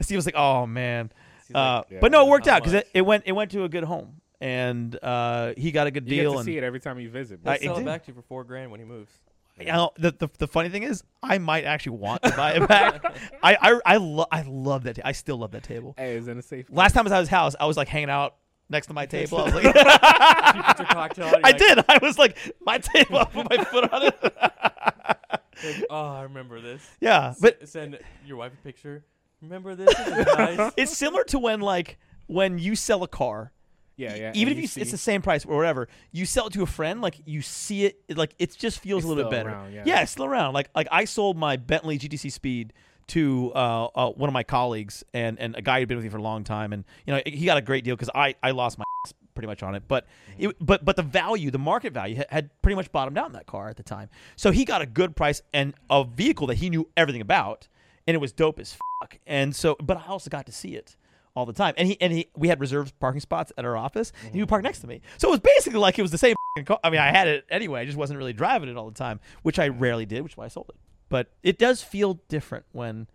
Speaker 3: Steve was like, oh man.
Speaker 4: He's like,
Speaker 3: Uh,
Speaker 2: yeah,
Speaker 3: but no, it worked
Speaker 4: how
Speaker 3: out because it,
Speaker 4: much?
Speaker 3: it went it went to a good home, and uh, he got a good
Speaker 2: You get
Speaker 3: deal.
Speaker 2: to
Speaker 3: and
Speaker 2: see it every time you visit.
Speaker 4: He'll
Speaker 3: I-
Speaker 2: bro.
Speaker 3: it
Speaker 4: sell it
Speaker 3: did.
Speaker 4: back to you for four grand when he moves.
Speaker 3: You know, the, the the funny thing is, I might actually want to buy it back. I I I, lo- I love that. ta- I still love that table.
Speaker 2: Hey, it's in a safe.
Speaker 3: Last time I was at his house, I was like hanging out next to my table. I was like,
Speaker 4: You put your cocktail on, you're
Speaker 3: I
Speaker 4: like,
Speaker 3: did. I was like, my table. I put my foot on it.
Speaker 4: like, oh, I remember this.
Speaker 3: Yeah, but
Speaker 4: S- send your wife a picture. Remember this? Isn't it nice?
Speaker 3: it's similar to when like when you sell a car. e-,
Speaker 2: Yeah, yeah.
Speaker 3: Even
Speaker 2: and
Speaker 3: if you,
Speaker 2: see-
Speaker 3: it's the same price or whatever, you sell it to a friend, like you see it, it- like it just feels
Speaker 2: It's
Speaker 3: a little bit
Speaker 2: still
Speaker 3: better.
Speaker 2: around, yeah.
Speaker 3: it's still around. Like like I sold my Bentley GTC Speed to uh, uh, one of my colleagues and and a guy who'd been with me for a long time, and you know he got a great deal because I I lost my ass pretty much on it, but
Speaker 2: Mm-hmm.
Speaker 3: it, but but the value, the market value had, had pretty much bottomed out in that car at the time. So he got a good price and a vehicle that he knew everything about, and it was dope as fuck. And so, but I also got to see it all the time. And he and he, we had reserved parking spots at our office. And he would park next to me, so it was basically like it was the same. f***ing car. I mean, I had it anyway. I just wasn't really driving it all the time, which I rarely did, which is why I sold it. But it does feel different when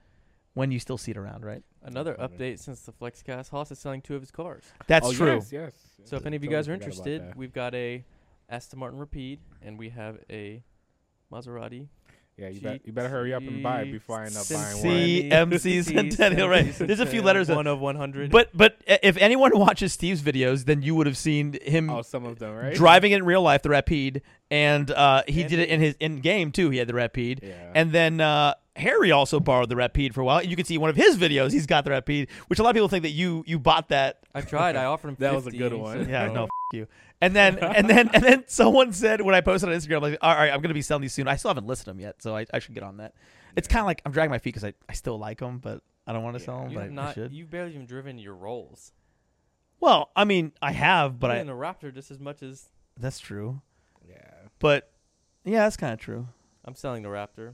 Speaker 3: when you still see it around, right?
Speaker 4: Another update since the FlexCast. Haas is selling two of his cars.
Speaker 3: That's
Speaker 2: Oh,
Speaker 3: true.
Speaker 2: Yes, yes.
Speaker 4: So if any of you
Speaker 2: Totally
Speaker 4: guys are
Speaker 2: forgot about
Speaker 4: interested,
Speaker 2: that.
Speaker 4: we've got a Aston Martin Rapide and we have a Maserati.
Speaker 2: yeah, you, bet, you better hurry up and buy it before I end up buying one.
Speaker 3: Cincy- CMC Centennial, right. There's a few letters that-
Speaker 4: One of 100.
Speaker 3: But but if anyone watches Steve's videos, then you would have seen him
Speaker 2: Oh, some of them, right?
Speaker 3: driving in real life the Rapide, and uh, he
Speaker 4: And-
Speaker 3: did it in his in game too. He had the Rapide,
Speaker 2: Yeah.
Speaker 3: and then uh, Harry also borrowed the Rapide for a while. And you can see one of his videos; he's got the Rapide, which a lot of people think that you you bought that.
Speaker 4: I tried. I offered him.
Speaker 2: That was a
Speaker 4: 50,
Speaker 2: good
Speaker 4: he
Speaker 2: one.
Speaker 4: said
Speaker 3: Yeah, no, f- you. And then and then and then someone said when I posted on Instagram, like, all right, I'm gonna be selling these soon. I still haven't listed them yet, so I, I should get on that. It's kind of like I'm dragging my feet because I, I still like them, but I don't want to
Speaker 2: Yeah.
Speaker 3: sell them.
Speaker 4: You
Speaker 3: but I-
Speaker 4: have
Speaker 3: I
Speaker 4: not.
Speaker 3: should.
Speaker 4: You've barely even driven your rolls.
Speaker 3: well, I mean, I have, but
Speaker 4: But
Speaker 3: I
Speaker 4: in a Raptor, just as much as
Speaker 3: that's true.
Speaker 2: Yeah.
Speaker 3: But yeah, that's kind of true.
Speaker 4: I'm selling the Raptor.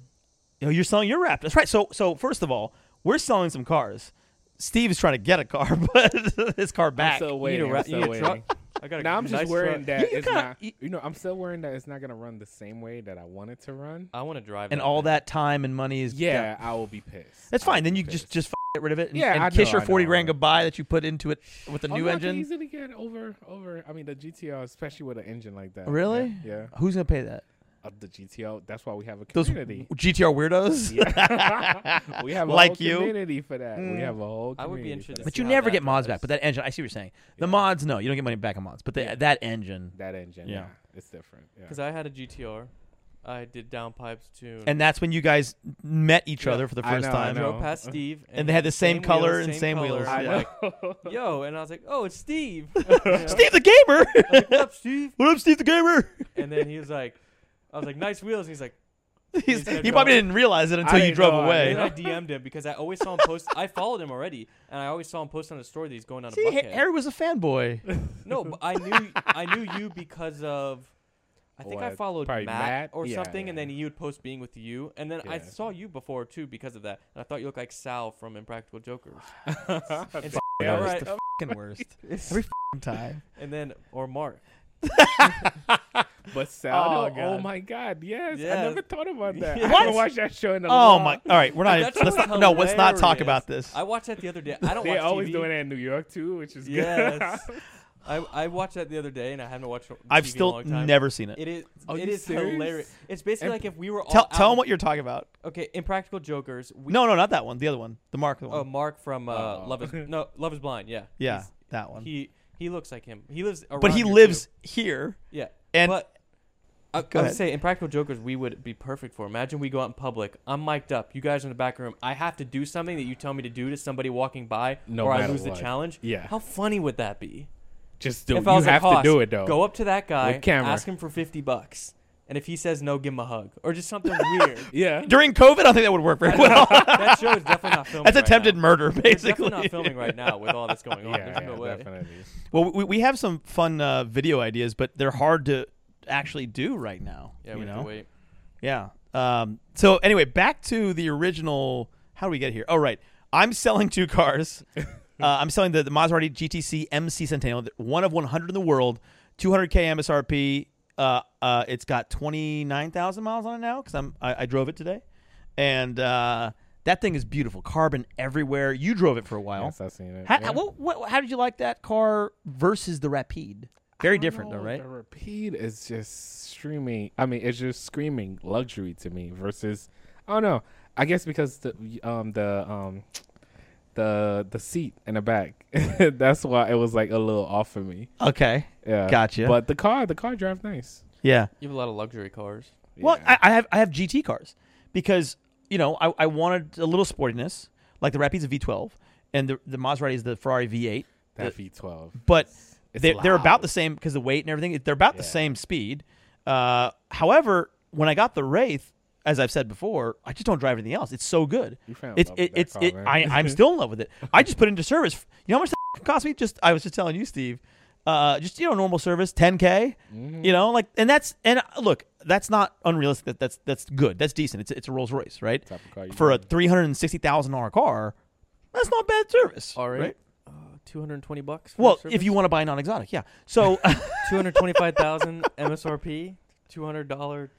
Speaker 3: Oh, you're selling your wrap. That's right. So, so first of all, we're selling some cars. Steve is trying to get a car, but his car
Speaker 2: I'm
Speaker 3: back.
Speaker 2: still
Speaker 4: You need
Speaker 2: waiting.
Speaker 4: a ra-
Speaker 2: I'm
Speaker 4: you
Speaker 2: still
Speaker 4: need a
Speaker 2: waiting.
Speaker 4: truck. I got a
Speaker 2: Now I'm just
Speaker 4: nice
Speaker 2: worrying
Speaker 4: truck.
Speaker 2: that
Speaker 3: You- you
Speaker 2: it's
Speaker 3: kinda-
Speaker 2: not.
Speaker 3: you-
Speaker 2: You know, I'm still worrying that it's not gonna run the same way that I want it to run.
Speaker 4: I want to drive.
Speaker 3: and
Speaker 4: that
Speaker 3: all
Speaker 4: thing.
Speaker 3: that time and money is
Speaker 2: Yeah, I will be pissed.
Speaker 3: That's
Speaker 2: I will
Speaker 3: fine. Then
Speaker 2: be
Speaker 3: you just
Speaker 2: pissed.
Speaker 3: just f- get rid of it. And,
Speaker 2: Yeah,
Speaker 3: and
Speaker 2: I
Speaker 3: kiss
Speaker 2: know,
Speaker 3: your
Speaker 2: I
Speaker 3: forty
Speaker 2: know,
Speaker 3: grand
Speaker 2: I know.
Speaker 3: goodbye that you put into it with the
Speaker 2: Oh,
Speaker 3: new
Speaker 2: no, I can
Speaker 3: engine.
Speaker 2: easily get over over. I mean, the GTO, especially with an engine like that.
Speaker 3: Really?
Speaker 2: Yeah. yeah.
Speaker 3: Who's gonna pay that?
Speaker 2: Of the GTO, that's why we have a
Speaker 3: Those
Speaker 2: community.
Speaker 3: GTR weirdos.
Speaker 2: Yeah. we have a
Speaker 3: Like
Speaker 2: whole
Speaker 3: you.
Speaker 2: community for that.
Speaker 3: Mm.
Speaker 2: We have a whole. Community
Speaker 4: I would be interested
Speaker 2: for
Speaker 4: to
Speaker 2: that.
Speaker 3: But you
Speaker 4: how
Speaker 3: never
Speaker 4: that
Speaker 3: get mods back.
Speaker 4: drives.
Speaker 3: But that engine, I see what you're saying. The
Speaker 2: Yeah.
Speaker 3: mods, no, you don't get money back on mods. But the,
Speaker 2: Yeah.
Speaker 3: that engine,
Speaker 2: that engine.
Speaker 3: Yeah.
Speaker 2: Yeah, it's different.
Speaker 4: Because
Speaker 2: Yeah.
Speaker 4: I had a GTR. I did downpipes too.
Speaker 3: and that's when you guys met each
Speaker 4: Yeah.
Speaker 3: other for the
Speaker 2: I
Speaker 3: first
Speaker 2: know, I
Speaker 3: time.
Speaker 2: know.
Speaker 4: drove past Steve.
Speaker 3: And they had the same color
Speaker 4: wheels,
Speaker 3: and same wheels.
Speaker 4: color.
Speaker 3: I
Speaker 4: I'm
Speaker 3: know.
Speaker 4: like, yo, and I was like, oh, it's Steve. You know?
Speaker 3: Steve the gamer.
Speaker 4: What up, Steve?
Speaker 3: what up, Steve the gamer?
Speaker 4: And then he was like, I was like, nice wheels. And he's like,
Speaker 3: He's,
Speaker 4: He's
Speaker 3: he probably
Speaker 4: gonna-
Speaker 3: didn't realize it until you
Speaker 2: didn't
Speaker 3: drove
Speaker 2: know I
Speaker 3: away.
Speaker 4: and then I DM'd him because I always saw him post. I followed him already, and I always saw him post on the story that he's going on a
Speaker 3: See, Ha-
Speaker 4: buckhead.
Speaker 3: Harry was a fanboy.
Speaker 4: no, but I knew I knew you because of. I think I
Speaker 2: What?
Speaker 4: followed
Speaker 2: Probably
Speaker 4: Matt,
Speaker 2: Matt?
Speaker 4: or
Speaker 2: Yeah,
Speaker 4: something, and
Speaker 2: yeah.
Speaker 4: then you would post being with you, and then I
Speaker 2: Yeah.
Speaker 4: saw you before too because of that, and I thought you looked like Sal from Impractical Jokers, It's
Speaker 2: Yeah,
Speaker 3: That was
Speaker 4: right.
Speaker 3: the fucking worst. Every fucking time.
Speaker 4: and then or Mark.
Speaker 2: But Sal,
Speaker 3: Oh,
Speaker 2: oh,
Speaker 3: God.
Speaker 2: my God, yes,
Speaker 4: Yeah.
Speaker 2: I never thought about that. I
Speaker 4: What?
Speaker 2: haven't watched that show in a
Speaker 3: Oh
Speaker 2: long.
Speaker 3: my! All right, we're not.
Speaker 4: That's
Speaker 3: let's not no, let's not talk
Speaker 4: hilarious.
Speaker 3: about this.
Speaker 4: I watched that the other day. I don't
Speaker 2: They're
Speaker 4: watch
Speaker 2: always
Speaker 4: TV.
Speaker 2: doing that in New York too, which is
Speaker 4: Yes.
Speaker 2: good.
Speaker 4: I, I watched that the other day, and I haven't watched. it on
Speaker 3: I've
Speaker 4: TV in a
Speaker 3: still
Speaker 4: long time.
Speaker 3: never seen it.
Speaker 4: It is.
Speaker 2: Are
Speaker 4: it
Speaker 2: you
Speaker 4: is
Speaker 2: serious?
Speaker 4: hilarious. It's basically
Speaker 2: And-
Speaker 4: like if we were all
Speaker 3: tell
Speaker 4: out,
Speaker 3: tell them what you're talking about.
Speaker 4: Okay, Impractical Jokers. We,
Speaker 3: No, no, not that one. The other one, the Mark one.
Speaker 4: uh, Mark from uh,
Speaker 2: Oh.
Speaker 4: Love is No Love is Blind. Yeah.
Speaker 3: yeah,
Speaker 4: He's-
Speaker 3: that one.
Speaker 4: He he looks like him. He lives. Around
Speaker 3: but he
Speaker 4: here, too.
Speaker 3: lives here.
Speaker 4: Yeah.
Speaker 3: and-
Speaker 4: but I,
Speaker 3: Go
Speaker 4: I would
Speaker 3: ahead.
Speaker 4: say Impractical Jokers we would be perfect for. Imagine we go out in public. I'm mic'd up. You guys are in the back room. I have to do something that you tell me to do to somebody walking by,
Speaker 2: No
Speaker 4: or I
Speaker 2: matter
Speaker 4: lose
Speaker 2: what.
Speaker 4: the challenge.
Speaker 2: Yeah.
Speaker 4: How funny would that be?
Speaker 2: Just do.
Speaker 4: if
Speaker 2: you
Speaker 4: I was
Speaker 2: have
Speaker 4: a
Speaker 2: to
Speaker 4: hoss,
Speaker 2: do it though.
Speaker 4: Go up to that guy,
Speaker 2: With camera.
Speaker 4: ask him for fifty bucks, and if he says no, give him a hug or just something weird.
Speaker 2: Yeah.
Speaker 3: During COVID, I don't think that would work very well.
Speaker 4: that show is definitely not filming.
Speaker 3: That's
Speaker 4: right
Speaker 3: attempted
Speaker 4: now.
Speaker 3: murder,
Speaker 4: They're
Speaker 3: basically.
Speaker 4: definitely not filming right now with all that's going on.
Speaker 2: Yeah,
Speaker 4: There's
Speaker 2: yeah,
Speaker 4: no way.
Speaker 2: definitely.
Speaker 3: Well, we, we have some fun uh, video ideas, but they're hard to actually do right now.
Speaker 4: Yeah,
Speaker 3: you
Speaker 4: we
Speaker 3: know?
Speaker 4: have to wait.
Speaker 3: Yeah. Um, so anyway, back to the original. How do we get here? Oh, right. I'm selling two cars. uh, I'm selling the, the Maserati GTC MC Centennial, one of 100 in the world, 200k MSRP. Uh, uh, it's got 29,000 miles on it now because I'm I, I drove it today, and uh, that thing is beautiful. Carbon everywhere. You drove it for a while.
Speaker 2: Yes, I've seen it.
Speaker 3: How,
Speaker 2: yeah.
Speaker 3: what, what, how did you like that car versus the Rapide? Very different, though,
Speaker 2: No,
Speaker 3: right?
Speaker 2: The repeat is just screaming. I mean, it's just screaming luxury to me. Versus, I don't know. I guess because the um the um the the seat in the back. That's why it was like a little off for me.
Speaker 3: Okay,
Speaker 2: Yeah,
Speaker 3: Gotcha.
Speaker 2: But the car, the car drives nice.
Speaker 3: yeah.
Speaker 4: You have a lot of luxury cars.
Speaker 3: Well,
Speaker 2: Yeah.
Speaker 3: I, I have I have GT cars because you know I, I wanted a little sportiness, like the Rapids a V12, and the the Maserati is the Ferrari V8.
Speaker 2: that V twelve.
Speaker 3: But
Speaker 2: It's
Speaker 3: they, they're about
Speaker 2: loud.
Speaker 3: the same because the weight and everything. They're about the
Speaker 2: Yeah.
Speaker 3: same speed. Uh, however, when I got the Wraith, as I've said before, I just don't drive anything else. It's so good.
Speaker 2: You fell in
Speaker 3: It's
Speaker 2: love
Speaker 3: it,
Speaker 2: with that
Speaker 3: it's
Speaker 2: car,
Speaker 3: it,
Speaker 2: man.
Speaker 3: I I'm still in love with it. I just put it into service. You know how much that cost me? Just I was just telling you, Steve. Uh, just you know, normal service, 10k. You know, like, and that's and uh, look, that's not unrealistic. That, that's that's good. That's decent. It's it's a Rolls Royce, right?
Speaker 2: Type of car you
Speaker 3: For a
Speaker 2: drive.
Speaker 3: three hundred and sixty thousand dollar car, that's not bad service.
Speaker 4: All
Speaker 3: right.
Speaker 4: right. Uh, 220 bucks. For
Speaker 3: Well,
Speaker 4: the
Speaker 3: if you want to buy non-exotic, yeah. So.
Speaker 4: service? 225,000 MSRP, $200.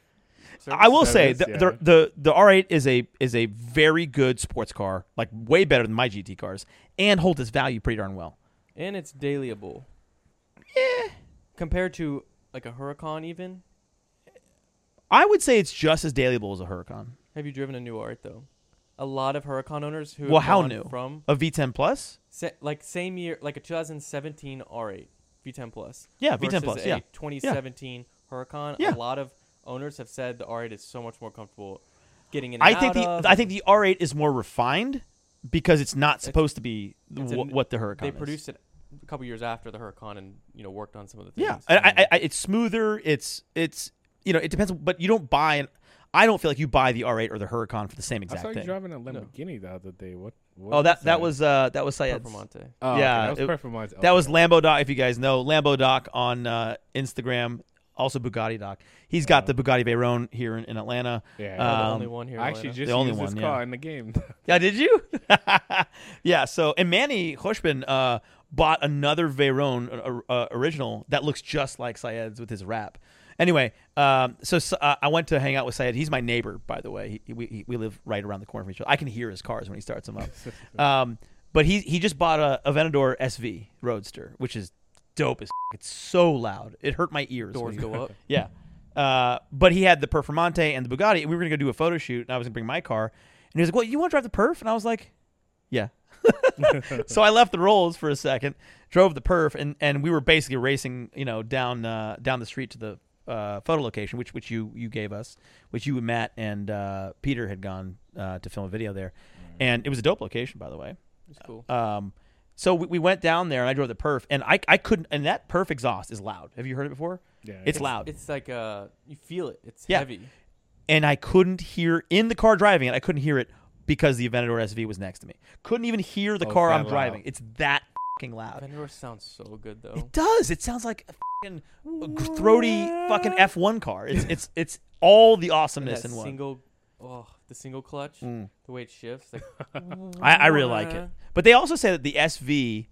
Speaker 3: I will say
Speaker 2: That
Speaker 3: the,
Speaker 2: is,
Speaker 3: the the the R8 is a is a very good sports car, like way better than my GT cars, and holds its value pretty darn well.
Speaker 4: And it's dailyable. Yeah. Compared to like a Huracan, even.
Speaker 3: I would say it's just as dailyable as a Huracan.
Speaker 4: Have you driven a new art, though? A lot of Huracan owners who
Speaker 3: Well,
Speaker 4: have
Speaker 3: how
Speaker 4: gone
Speaker 3: new?
Speaker 4: from
Speaker 3: A V10 Plus,
Speaker 4: sa- like same year, like a 2017 R8 V10 Plus.
Speaker 3: Yeah, V10
Speaker 4: versus
Speaker 3: Plus,
Speaker 4: a
Speaker 3: yeah.
Speaker 4: 2017 Huracan.
Speaker 3: Yeah.
Speaker 4: A lot of owners have said the R8 is so much more comfortable getting in. And
Speaker 3: I think
Speaker 4: out
Speaker 3: the
Speaker 4: of.
Speaker 3: I think the R8 is more refined because it's not supposed to be
Speaker 4: it's
Speaker 3: wh-
Speaker 4: a-
Speaker 3: what the Huracan
Speaker 4: they
Speaker 3: is.
Speaker 4: produced it a couple years after the Huracan and you know worked on some of the
Speaker 3: yeah,
Speaker 4: things.
Speaker 3: I, I, I, it's smoother. It's it's you know it depends, but you don't buy an. I don't feel like you buy the R8 or the Huracan for the same
Speaker 2: I
Speaker 3: exact
Speaker 2: saw you
Speaker 3: thing.
Speaker 2: driving a Lamborghini the other day. What? what
Speaker 3: oh, that
Speaker 2: is
Speaker 3: that was uh that was Syed's.
Speaker 4: Performante.
Speaker 2: Oh, okay,
Speaker 3: yeah,
Speaker 2: that was
Speaker 3: it-
Speaker 2: Performance.
Speaker 3: That
Speaker 2: Okay.
Speaker 3: was Lambo Doc, if you guys know Lambo Doc on uh, Instagram, also Bugatti Doc. He's got the Bugatti Veyron here in, in Atlanta.
Speaker 2: Yeah.
Speaker 4: We're the
Speaker 3: Um,
Speaker 4: only one here.
Speaker 2: I
Speaker 4: in
Speaker 2: actually
Speaker 4: Atlanta.
Speaker 2: just
Speaker 3: The only
Speaker 2: used this
Speaker 3: one, yeah.
Speaker 2: car in the game.
Speaker 3: Yeah, did you? yeah. So and Manny Hushman uh, bought another Veyron uh, uh, original that looks just like Syed's with his wrap. Anyway, um, so s- uh, I went to hang out with Syed. He's my neighbor, by the way. He, we, he, we live right around the corner from each other. I can hear his cars when he starts them up. um, but he he just bought a, a Aventador SV Roadster, which is dope as. It's so loud. It hurt my ears. when
Speaker 4: doors
Speaker 3: he
Speaker 4: go up.
Speaker 3: yeah. Uh, but he had the Performante and the Bugatti, and we were going to go do a photo shoot, and I was going to bring my car. And he was like, Well, you want to drive the Perf? And I was like, Yeah. so I left the Rolls for a second, drove the Perf, and, and we were basically racing, you know, down uh, down the street to the uh, photo location, which which you you gave us, which you and Matt and uh, Peter had gone uh, to film a video there, and it was a dope location, by the way.
Speaker 4: It's cool.
Speaker 3: Um, so we, we went down there, and I drove the Perf, and I I couldn't, and that Perf exhaust is loud. Have you heard it before?
Speaker 2: Yeah,
Speaker 3: it's loud.
Speaker 4: It's like uh, you feel it. It's
Speaker 3: Yeah.
Speaker 4: heavy.
Speaker 3: and I couldn't hear in the car driving it. I couldn't hear it because the Aventador SV was next to me. Couldn't even hear the
Speaker 2: Oh, it's
Speaker 3: car
Speaker 2: that
Speaker 3: I'm
Speaker 2: loud.
Speaker 3: driving. It's that fucking loud.
Speaker 4: Vendor sounds so good though.
Speaker 3: It does. It sounds like a fucking throaty fucking F1 car. It's it's it's all the
Speaker 4: And
Speaker 3: awesomeness
Speaker 4: that
Speaker 3: in one.
Speaker 4: single, oh, the single clutch,
Speaker 3: Mm.
Speaker 4: the way it shifts. Like,
Speaker 3: I, I really like it. But they also say that the SV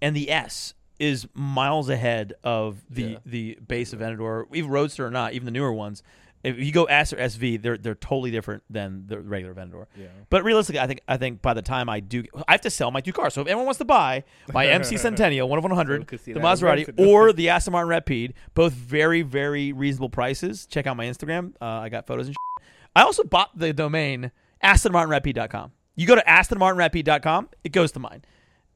Speaker 3: and the S is miles ahead of the
Speaker 4: Yeah.
Speaker 3: the base Aventador, even Roadster or not, even the newer ones. If you go S or SV, they're they're totally different than the regular vendor.
Speaker 2: Yeah.
Speaker 3: But realistically, I think I think by the time I do, I have to sell my two cars. So if everyone wants to buy my MC Centennial, one of one hundred,
Speaker 2: could see
Speaker 3: the
Speaker 2: that as well.
Speaker 3: Maserati, or the Aston Martin Rapide, both very very reasonable prices. Check out my Instagram. Uh, I got photos and. Shit. I also bought the domain astonmartinrapide.com. You go to astonmartinrapide.com, it goes to mine,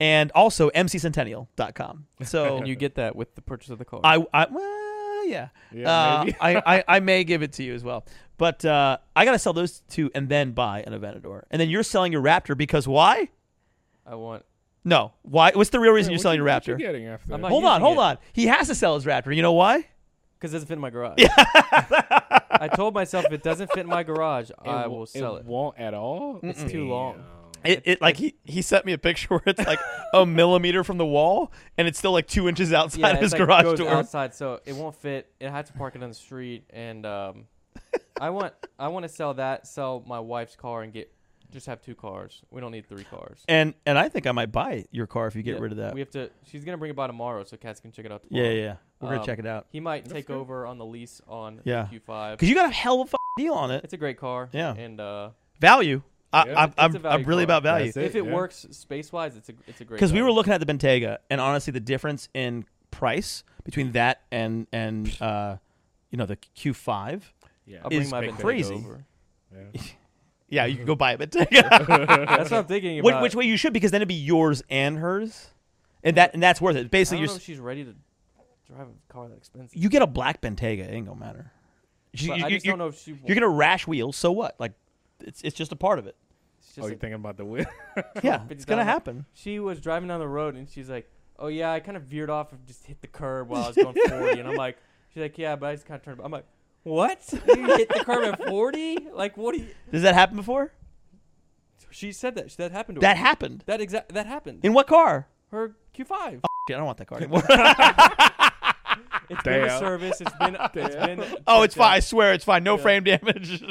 Speaker 3: and also mccentennial.com. So
Speaker 4: And you get that with the purchase of the car.
Speaker 3: I, I well, yeah.
Speaker 2: Yeah,
Speaker 3: Uh,
Speaker 2: maybe.
Speaker 3: I, I, I may give it to you as well. But uh, I got to sell those two and then buy an Aventador. And then you're selling your Raptor because why?
Speaker 4: I want.
Speaker 3: No. Why? What's the real reason
Speaker 2: Hey,
Speaker 3: you're
Speaker 2: what
Speaker 3: selling
Speaker 2: you-
Speaker 3: your
Speaker 2: what you
Speaker 3: Raptor?
Speaker 2: getting after
Speaker 4: I'm
Speaker 2: that?
Speaker 4: not
Speaker 3: Hold on,
Speaker 4: using
Speaker 3: hold
Speaker 4: it.
Speaker 3: on. He has to sell his Raptor. You know why?
Speaker 4: Because it doesn't fit in my garage. I told myself if it doesn't fit in my garage, I will sell it.
Speaker 2: won't at all. It's
Speaker 4: too long.
Speaker 3: It, it like he, he sent me a picture where it's like a millimeter from the wall and it's still like two inches outside
Speaker 4: Yeah,
Speaker 3: of
Speaker 4: it's
Speaker 3: his
Speaker 4: like
Speaker 3: garage
Speaker 4: goes
Speaker 3: door.
Speaker 4: outside, so it won't fit. It had to park it on the street, and um, I want I want to sell that, sell my wife's car, and get just have two cars. We don't need three cars.
Speaker 3: And and I think I might buy your car if you get
Speaker 4: Yeah,
Speaker 3: rid of that.
Speaker 4: We have to. She's gonna bring it by tomorrow, so cats can check it out.
Speaker 3: yeah,
Speaker 4: Tomorrow.
Speaker 3: yeah, yeah. We're gonna
Speaker 4: Um,
Speaker 3: check it out
Speaker 4: He might take over on the lease on
Speaker 3: Yeah.
Speaker 4: the Q5.
Speaker 3: because you got a hell of a f- deal on it.
Speaker 4: It's a great car.
Speaker 3: Yeah.
Speaker 4: and uh,
Speaker 3: Value. I,
Speaker 2: Yeah.
Speaker 3: I'm,
Speaker 2: It's
Speaker 4: a
Speaker 3: I'm,
Speaker 4: value
Speaker 3: I'm really
Speaker 4: car.
Speaker 3: about value.
Speaker 2: That's it,
Speaker 4: if it
Speaker 2: yeah.
Speaker 4: works space wise, it's a it's a great.
Speaker 3: Because we
Speaker 4: value.
Speaker 3: were looking at the Bentayga, and honestly, the difference in price between that and and uh, you know the Q5.
Speaker 2: Yeah.
Speaker 4: I'll bring
Speaker 3: is
Speaker 4: my Bentayga
Speaker 3: crazy.
Speaker 4: Over.
Speaker 2: Yeah. Oh,
Speaker 3: Yeah, you can go buy a Bentayga.
Speaker 4: That's what I'm thinking
Speaker 3: which,
Speaker 4: Mm-hmm. about.
Speaker 3: which way you should, because then it'd be yours and hers, and that and that's worth it.
Speaker 4: I don't
Speaker 3: Basically,
Speaker 4: know
Speaker 3: you're,
Speaker 4: if
Speaker 3: s-
Speaker 4: she's ready to drive a car that expensive.
Speaker 3: you get a black Bentayga, it ain't gonna matter. You,
Speaker 4: But
Speaker 3: you,
Speaker 4: I
Speaker 3: you-
Speaker 4: just
Speaker 3: you-
Speaker 4: don't know if she.
Speaker 3: you're gonna rash wheels, so what? Like, it's it's just a part of it.
Speaker 2: Oh,
Speaker 4: It's just
Speaker 2: you
Speaker 4: like,
Speaker 2: thinking about the wheel?
Speaker 3: Yeah, it's gonna
Speaker 4: $50,000.
Speaker 3: happen.
Speaker 4: she was driving down the road and she's like, "Oh yeah, I kind of veered off and just hit the curb while I was going 40." and I'm like, "She's like, yeah, but I just kind of turned." I'm like, "What? You hit the curb at 40? Like what? Do you?
Speaker 3: Does that happen before?
Speaker 4: She said that. That happened to
Speaker 3: That
Speaker 4: her.
Speaker 3: happened.
Speaker 4: that exact. That happened.
Speaker 3: In what car?
Speaker 4: her Q5.
Speaker 3: Shit, I don't want that car anymore.
Speaker 4: It's been a
Speaker 2: Damn.
Speaker 4: service. It's been. It's been.
Speaker 3: oh, it's
Speaker 4: checked out.
Speaker 3: fine. I swear, it's fine. No
Speaker 4: Yeah.
Speaker 3: frame damage.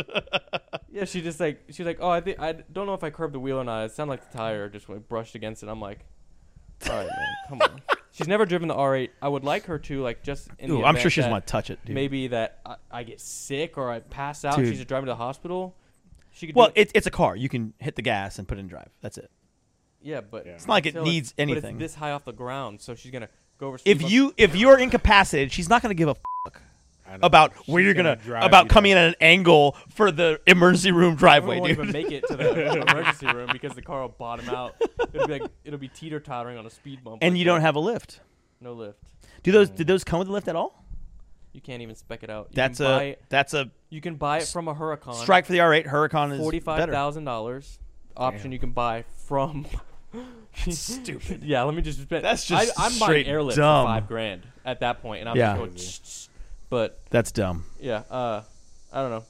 Speaker 4: Yeah, she just like she's like, oh, I think I don't know if I curbed the wheel or not. It sounded like the tire just like brushed against it. I'm like, all right, man, come on. She's never driven the R8. I would like her to like just. In
Speaker 3: Ooh,
Speaker 4: the
Speaker 3: I'm
Speaker 4: event
Speaker 3: sure she doesn't
Speaker 4: that
Speaker 3: want to touch it. Dude.
Speaker 4: Maybe that I, I get sick or I pass out.
Speaker 3: Dude.
Speaker 4: She's just driving to the hospital. She could.
Speaker 3: Well,
Speaker 4: do it,
Speaker 3: it, it's a car. You can hit the gas and put it in drive. That's it.
Speaker 4: yeah, but
Speaker 2: It's
Speaker 3: not like it
Speaker 4: until
Speaker 3: needs
Speaker 4: but
Speaker 3: anything.
Speaker 4: it's this high off the ground, so she's gonna go over. speed
Speaker 3: If
Speaker 4: bump.
Speaker 3: you if you're incapacitated, she's not gonna give a fuck
Speaker 2: I know.
Speaker 3: about
Speaker 2: She's
Speaker 3: where you're gonna,
Speaker 2: drive
Speaker 3: about
Speaker 2: you
Speaker 3: coming in
Speaker 2: down.
Speaker 3: at an angle for the emergency room
Speaker 4: Everyone
Speaker 3: driveway,
Speaker 4: won't even
Speaker 3: dude.
Speaker 4: make it to the emergency room because the car will bottom out. It'll be like it'll be teeter tottering on a speed bump.
Speaker 3: And you don't have a lift.
Speaker 4: no lift.
Speaker 3: Do those did those come with a lift at all?
Speaker 4: You can't even spec it out. You
Speaker 3: That's
Speaker 4: can
Speaker 3: a
Speaker 4: buy-
Speaker 3: that's a
Speaker 4: You can buy it from a Huracan.
Speaker 3: strike for the R8 Huracan is
Speaker 4: forty-five
Speaker 3: better.
Speaker 4: thousand dollars option. You can buy from.
Speaker 3: Stupid.
Speaker 4: yeah, let me just. Spend,
Speaker 3: That's just
Speaker 4: I, I'm
Speaker 3: straight
Speaker 4: buying airlift
Speaker 3: dumb.
Speaker 4: for five grand at that point, and I'm
Speaker 3: Yeah.
Speaker 4: just going. "Tsh, tsh." But
Speaker 3: That's dumb.
Speaker 4: yeah, uh, I don't know.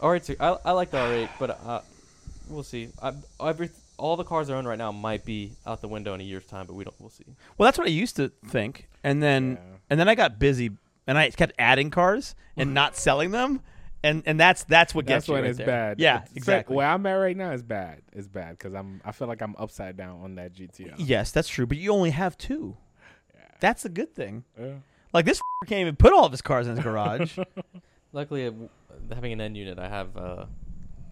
Speaker 4: All right, so I, I like the R8, but uh, we'll see. I, every all the cars I own right now might be out the window in a year's time, but we don't. We'll see.
Speaker 3: Well, that's what I used to think, and then
Speaker 2: Yeah.
Speaker 3: and then I got busy, and I kept adding cars and not selling them, and and that's that's what
Speaker 2: That's
Speaker 3: gets you
Speaker 2: when
Speaker 3: right
Speaker 2: it's
Speaker 3: there.
Speaker 2: bad.
Speaker 3: Yeah,
Speaker 2: It's-
Speaker 3: exactly.
Speaker 2: Where I'm at right now is bad. It's bad because I'm. I feel like I'm upside down on that GTR.
Speaker 3: Yes, that's true, but you only have two. That's a good thing.
Speaker 2: Yeah.
Speaker 3: Like this f- can't even put all of his cars in his garage.
Speaker 4: Luckily, uh, w- having an end unit, I have uh,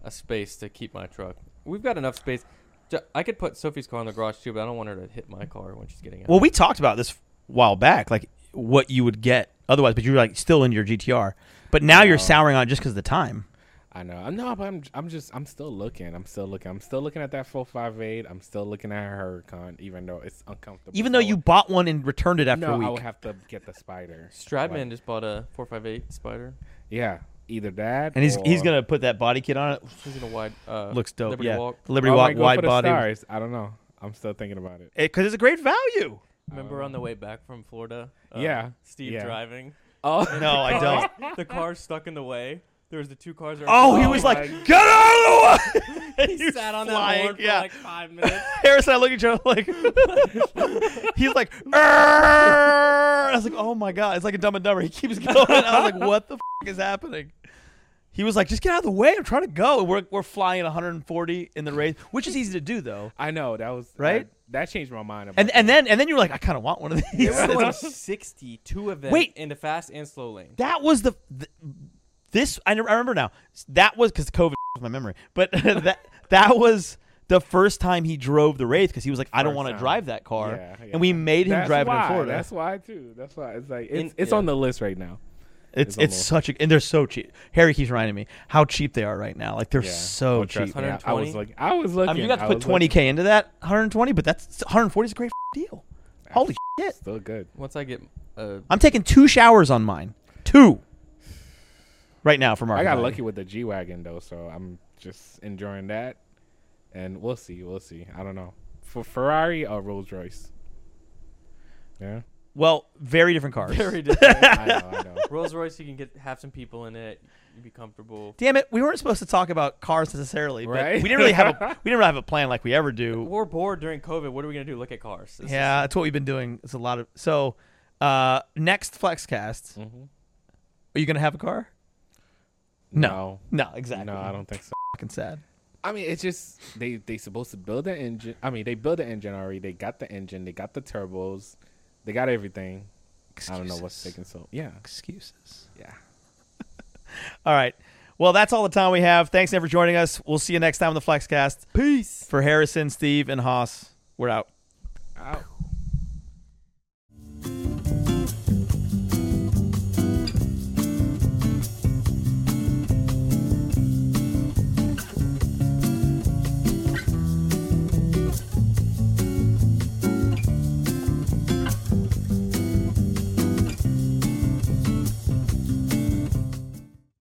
Speaker 4: a space to keep my truck. We've got enough space. Ju- I could put Sophie's car in the garage too, but I don't want her to hit my car when she's getting out.
Speaker 3: well, we talked about this while back, like what you would get otherwise, but you're like still in your GTR, but now you're souring on it just because of the time.
Speaker 2: I know. I'm no, but I'm. I'm just. I'm still looking. I'm still looking. I'm still looking at that four five eight. I'm still looking at her Huracan, even though it's uncomfortable.
Speaker 3: Even
Speaker 2: So
Speaker 3: though
Speaker 2: I
Speaker 3: you
Speaker 2: would-
Speaker 3: bought one and returned it after
Speaker 2: no,
Speaker 3: a
Speaker 2: I
Speaker 3: week.
Speaker 2: would have to get the spider.
Speaker 4: Stradman
Speaker 2: Like,
Speaker 4: just bought a 458 Spider.
Speaker 2: yeah, either that.
Speaker 3: and he's he's
Speaker 2: or-
Speaker 3: gonna put that body kit on it.
Speaker 4: She's in a wide. Uh,
Speaker 3: Looks dope.
Speaker 4: Liberty
Speaker 3: yeah,
Speaker 4: Walk.
Speaker 3: Liberty
Speaker 2: I
Speaker 3: Walk
Speaker 2: might go for
Speaker 3: wide
Speaker 2: the
Speaker 3: body.
Speaker 2: Stars. I don't know. I'm still thinking about it.
Speaker 3: because it's a great value.
Speaker 4: Remember on the way back from Florida? uh,
Speaker 2: Yeah,
Speaker 4: Steve
Speaker 2: yeah.
Speaker 4: driving.
Speaker 3: Oh no, I don't.
Speaker 4: The car stuck in the way. There was the two cars. that were-
Speaker 3: Oh, he
Speaker 2: Oh
Speaker 3: was
Speaker 2: my
Speaker 3: like, "Get out of the way!" And
Speaker 4: he
Speaker 3: was
Speaker 4: sat on that
Speaker 3: flying,
Speaker 4: horn for
Speaker 3: yeah.
Speaker 4: like five minutes.
Speaker 3: Harris and I look at each other like, he's like, "Err." I was like, oh my god, it's like a Dumb and Dumber. He keeps going. I was like, what the f- is happening? He was like, just get out of the way. I'm trying to go. We're we're flying 140 in the race, which is easy to do though.
Speaker 2: I know that was
Speaker 3: Right?
Speaker 2: That, that changed my mind. About
Speaker 3: And and then and then you were like, I kind of want one of
Speaker 4: They
Speaker 3: these.
Speaker 4: were going 60, two of them
Speaker 3: Wait.
Speaker 4: in the fast and slow lane.
Speaker 3: that was the, the This I, ne- I remember now. That was because COVID with my memory, but that that was the first time he drove the Wraith because he was like, I don't
Speaker 2: First
Speaker 3: want to
Speaker 2: time.
Speaker 3: drive that car,
Speaker 2: Yeah, yeah.
Speaker 3: and we made him
Speaker 2: That's
Speaker 3: drive it
Speaker 2: why.
Speaker 3: in Florida.
Speaker 2: That's why too. That's why it's like it's,
Speaker 4: In-
Speaker 2: it's
Speaker 4: yeah.
Speaker 2: on the list right now.
Speaker 3: it's
Speaker 2: is
Speaker 3: it's
Speaker 2: almost-
Speaker 3: such a and they're so cheap. Harry keeps reminding me how cheap they are right now. Like they're
Speaker 2: Yeah.
Speaker 3: so
Speaker 2: Oh, trust
Speaker 3: cheap.
Speaker 2: me, I- I
Speaker 4: 120?
Speaker 2: was looking. I was looking.
Speaker 3: I mean, you got to
Speaker 2: I
Speaker 3: put
Speaker 2: was
Speaker 3: twenty
Speaker 2: looking.
Speaker 3: k into that, one hundred twenty, but that's one hundred forty is a great f- deal. Holy shit!
Speaker 2: Still good.
Speaker 4: Once I get uh,
Speaker 3: I'm taking two showers on mine, two. Right now from our.
Speaker 2: I got lucky with the G wagon though, so I'm just enjoying that. And we'll see. We'll see. I don't know for Ferrari or Rolls Royce. Yeah,
Speaker 3: Well, very different cars.
Speaker 4: very different.
Speaker 2: I know. I know.
Speaker 4: Rolls Royce, you can get have some people in it. You'd be comfortable.
Speaker 3: Damn it, we weren't supposed to talk about cars necessarily, but
Speaker 2: Right?
Speaker 3: we didn't really have a we didn't really have a plan like we ever do.
Speaker 4: We're bored during COVID. What are we gonna do? Look at cars. This is-
Speaker 3: Yeah, that's what we've been doing. It's a lot of so uh next Flexcast.
Speaker 2: Mhm.
Speaker 3: Are you gonna have a car?
Speaker 2: No.
Speaker 3: No, exactly.
Speaker 2: No, I don't think so.
Speaker 3: Fucking sad.
Speaker 2: I mean, it's just they they supposed to build an engine. I mean, they built an engine already. They got the engine. They got the turbos. They got everything. I don't know what's
Speaker 3: Excuses.
Speaker 2: taking so. Yeah,
Speaker 3: Excuses.
Speaker 2: yeah.
Speaker 3: All right. Well, that's all the time we have. Thanks again for joining us. We'll see you next time on the Flexcast.
Speaker 4: Peace.
Speaker 3: For Harrison, Steve, and Haas, we're out.
Speaker 2: Ow.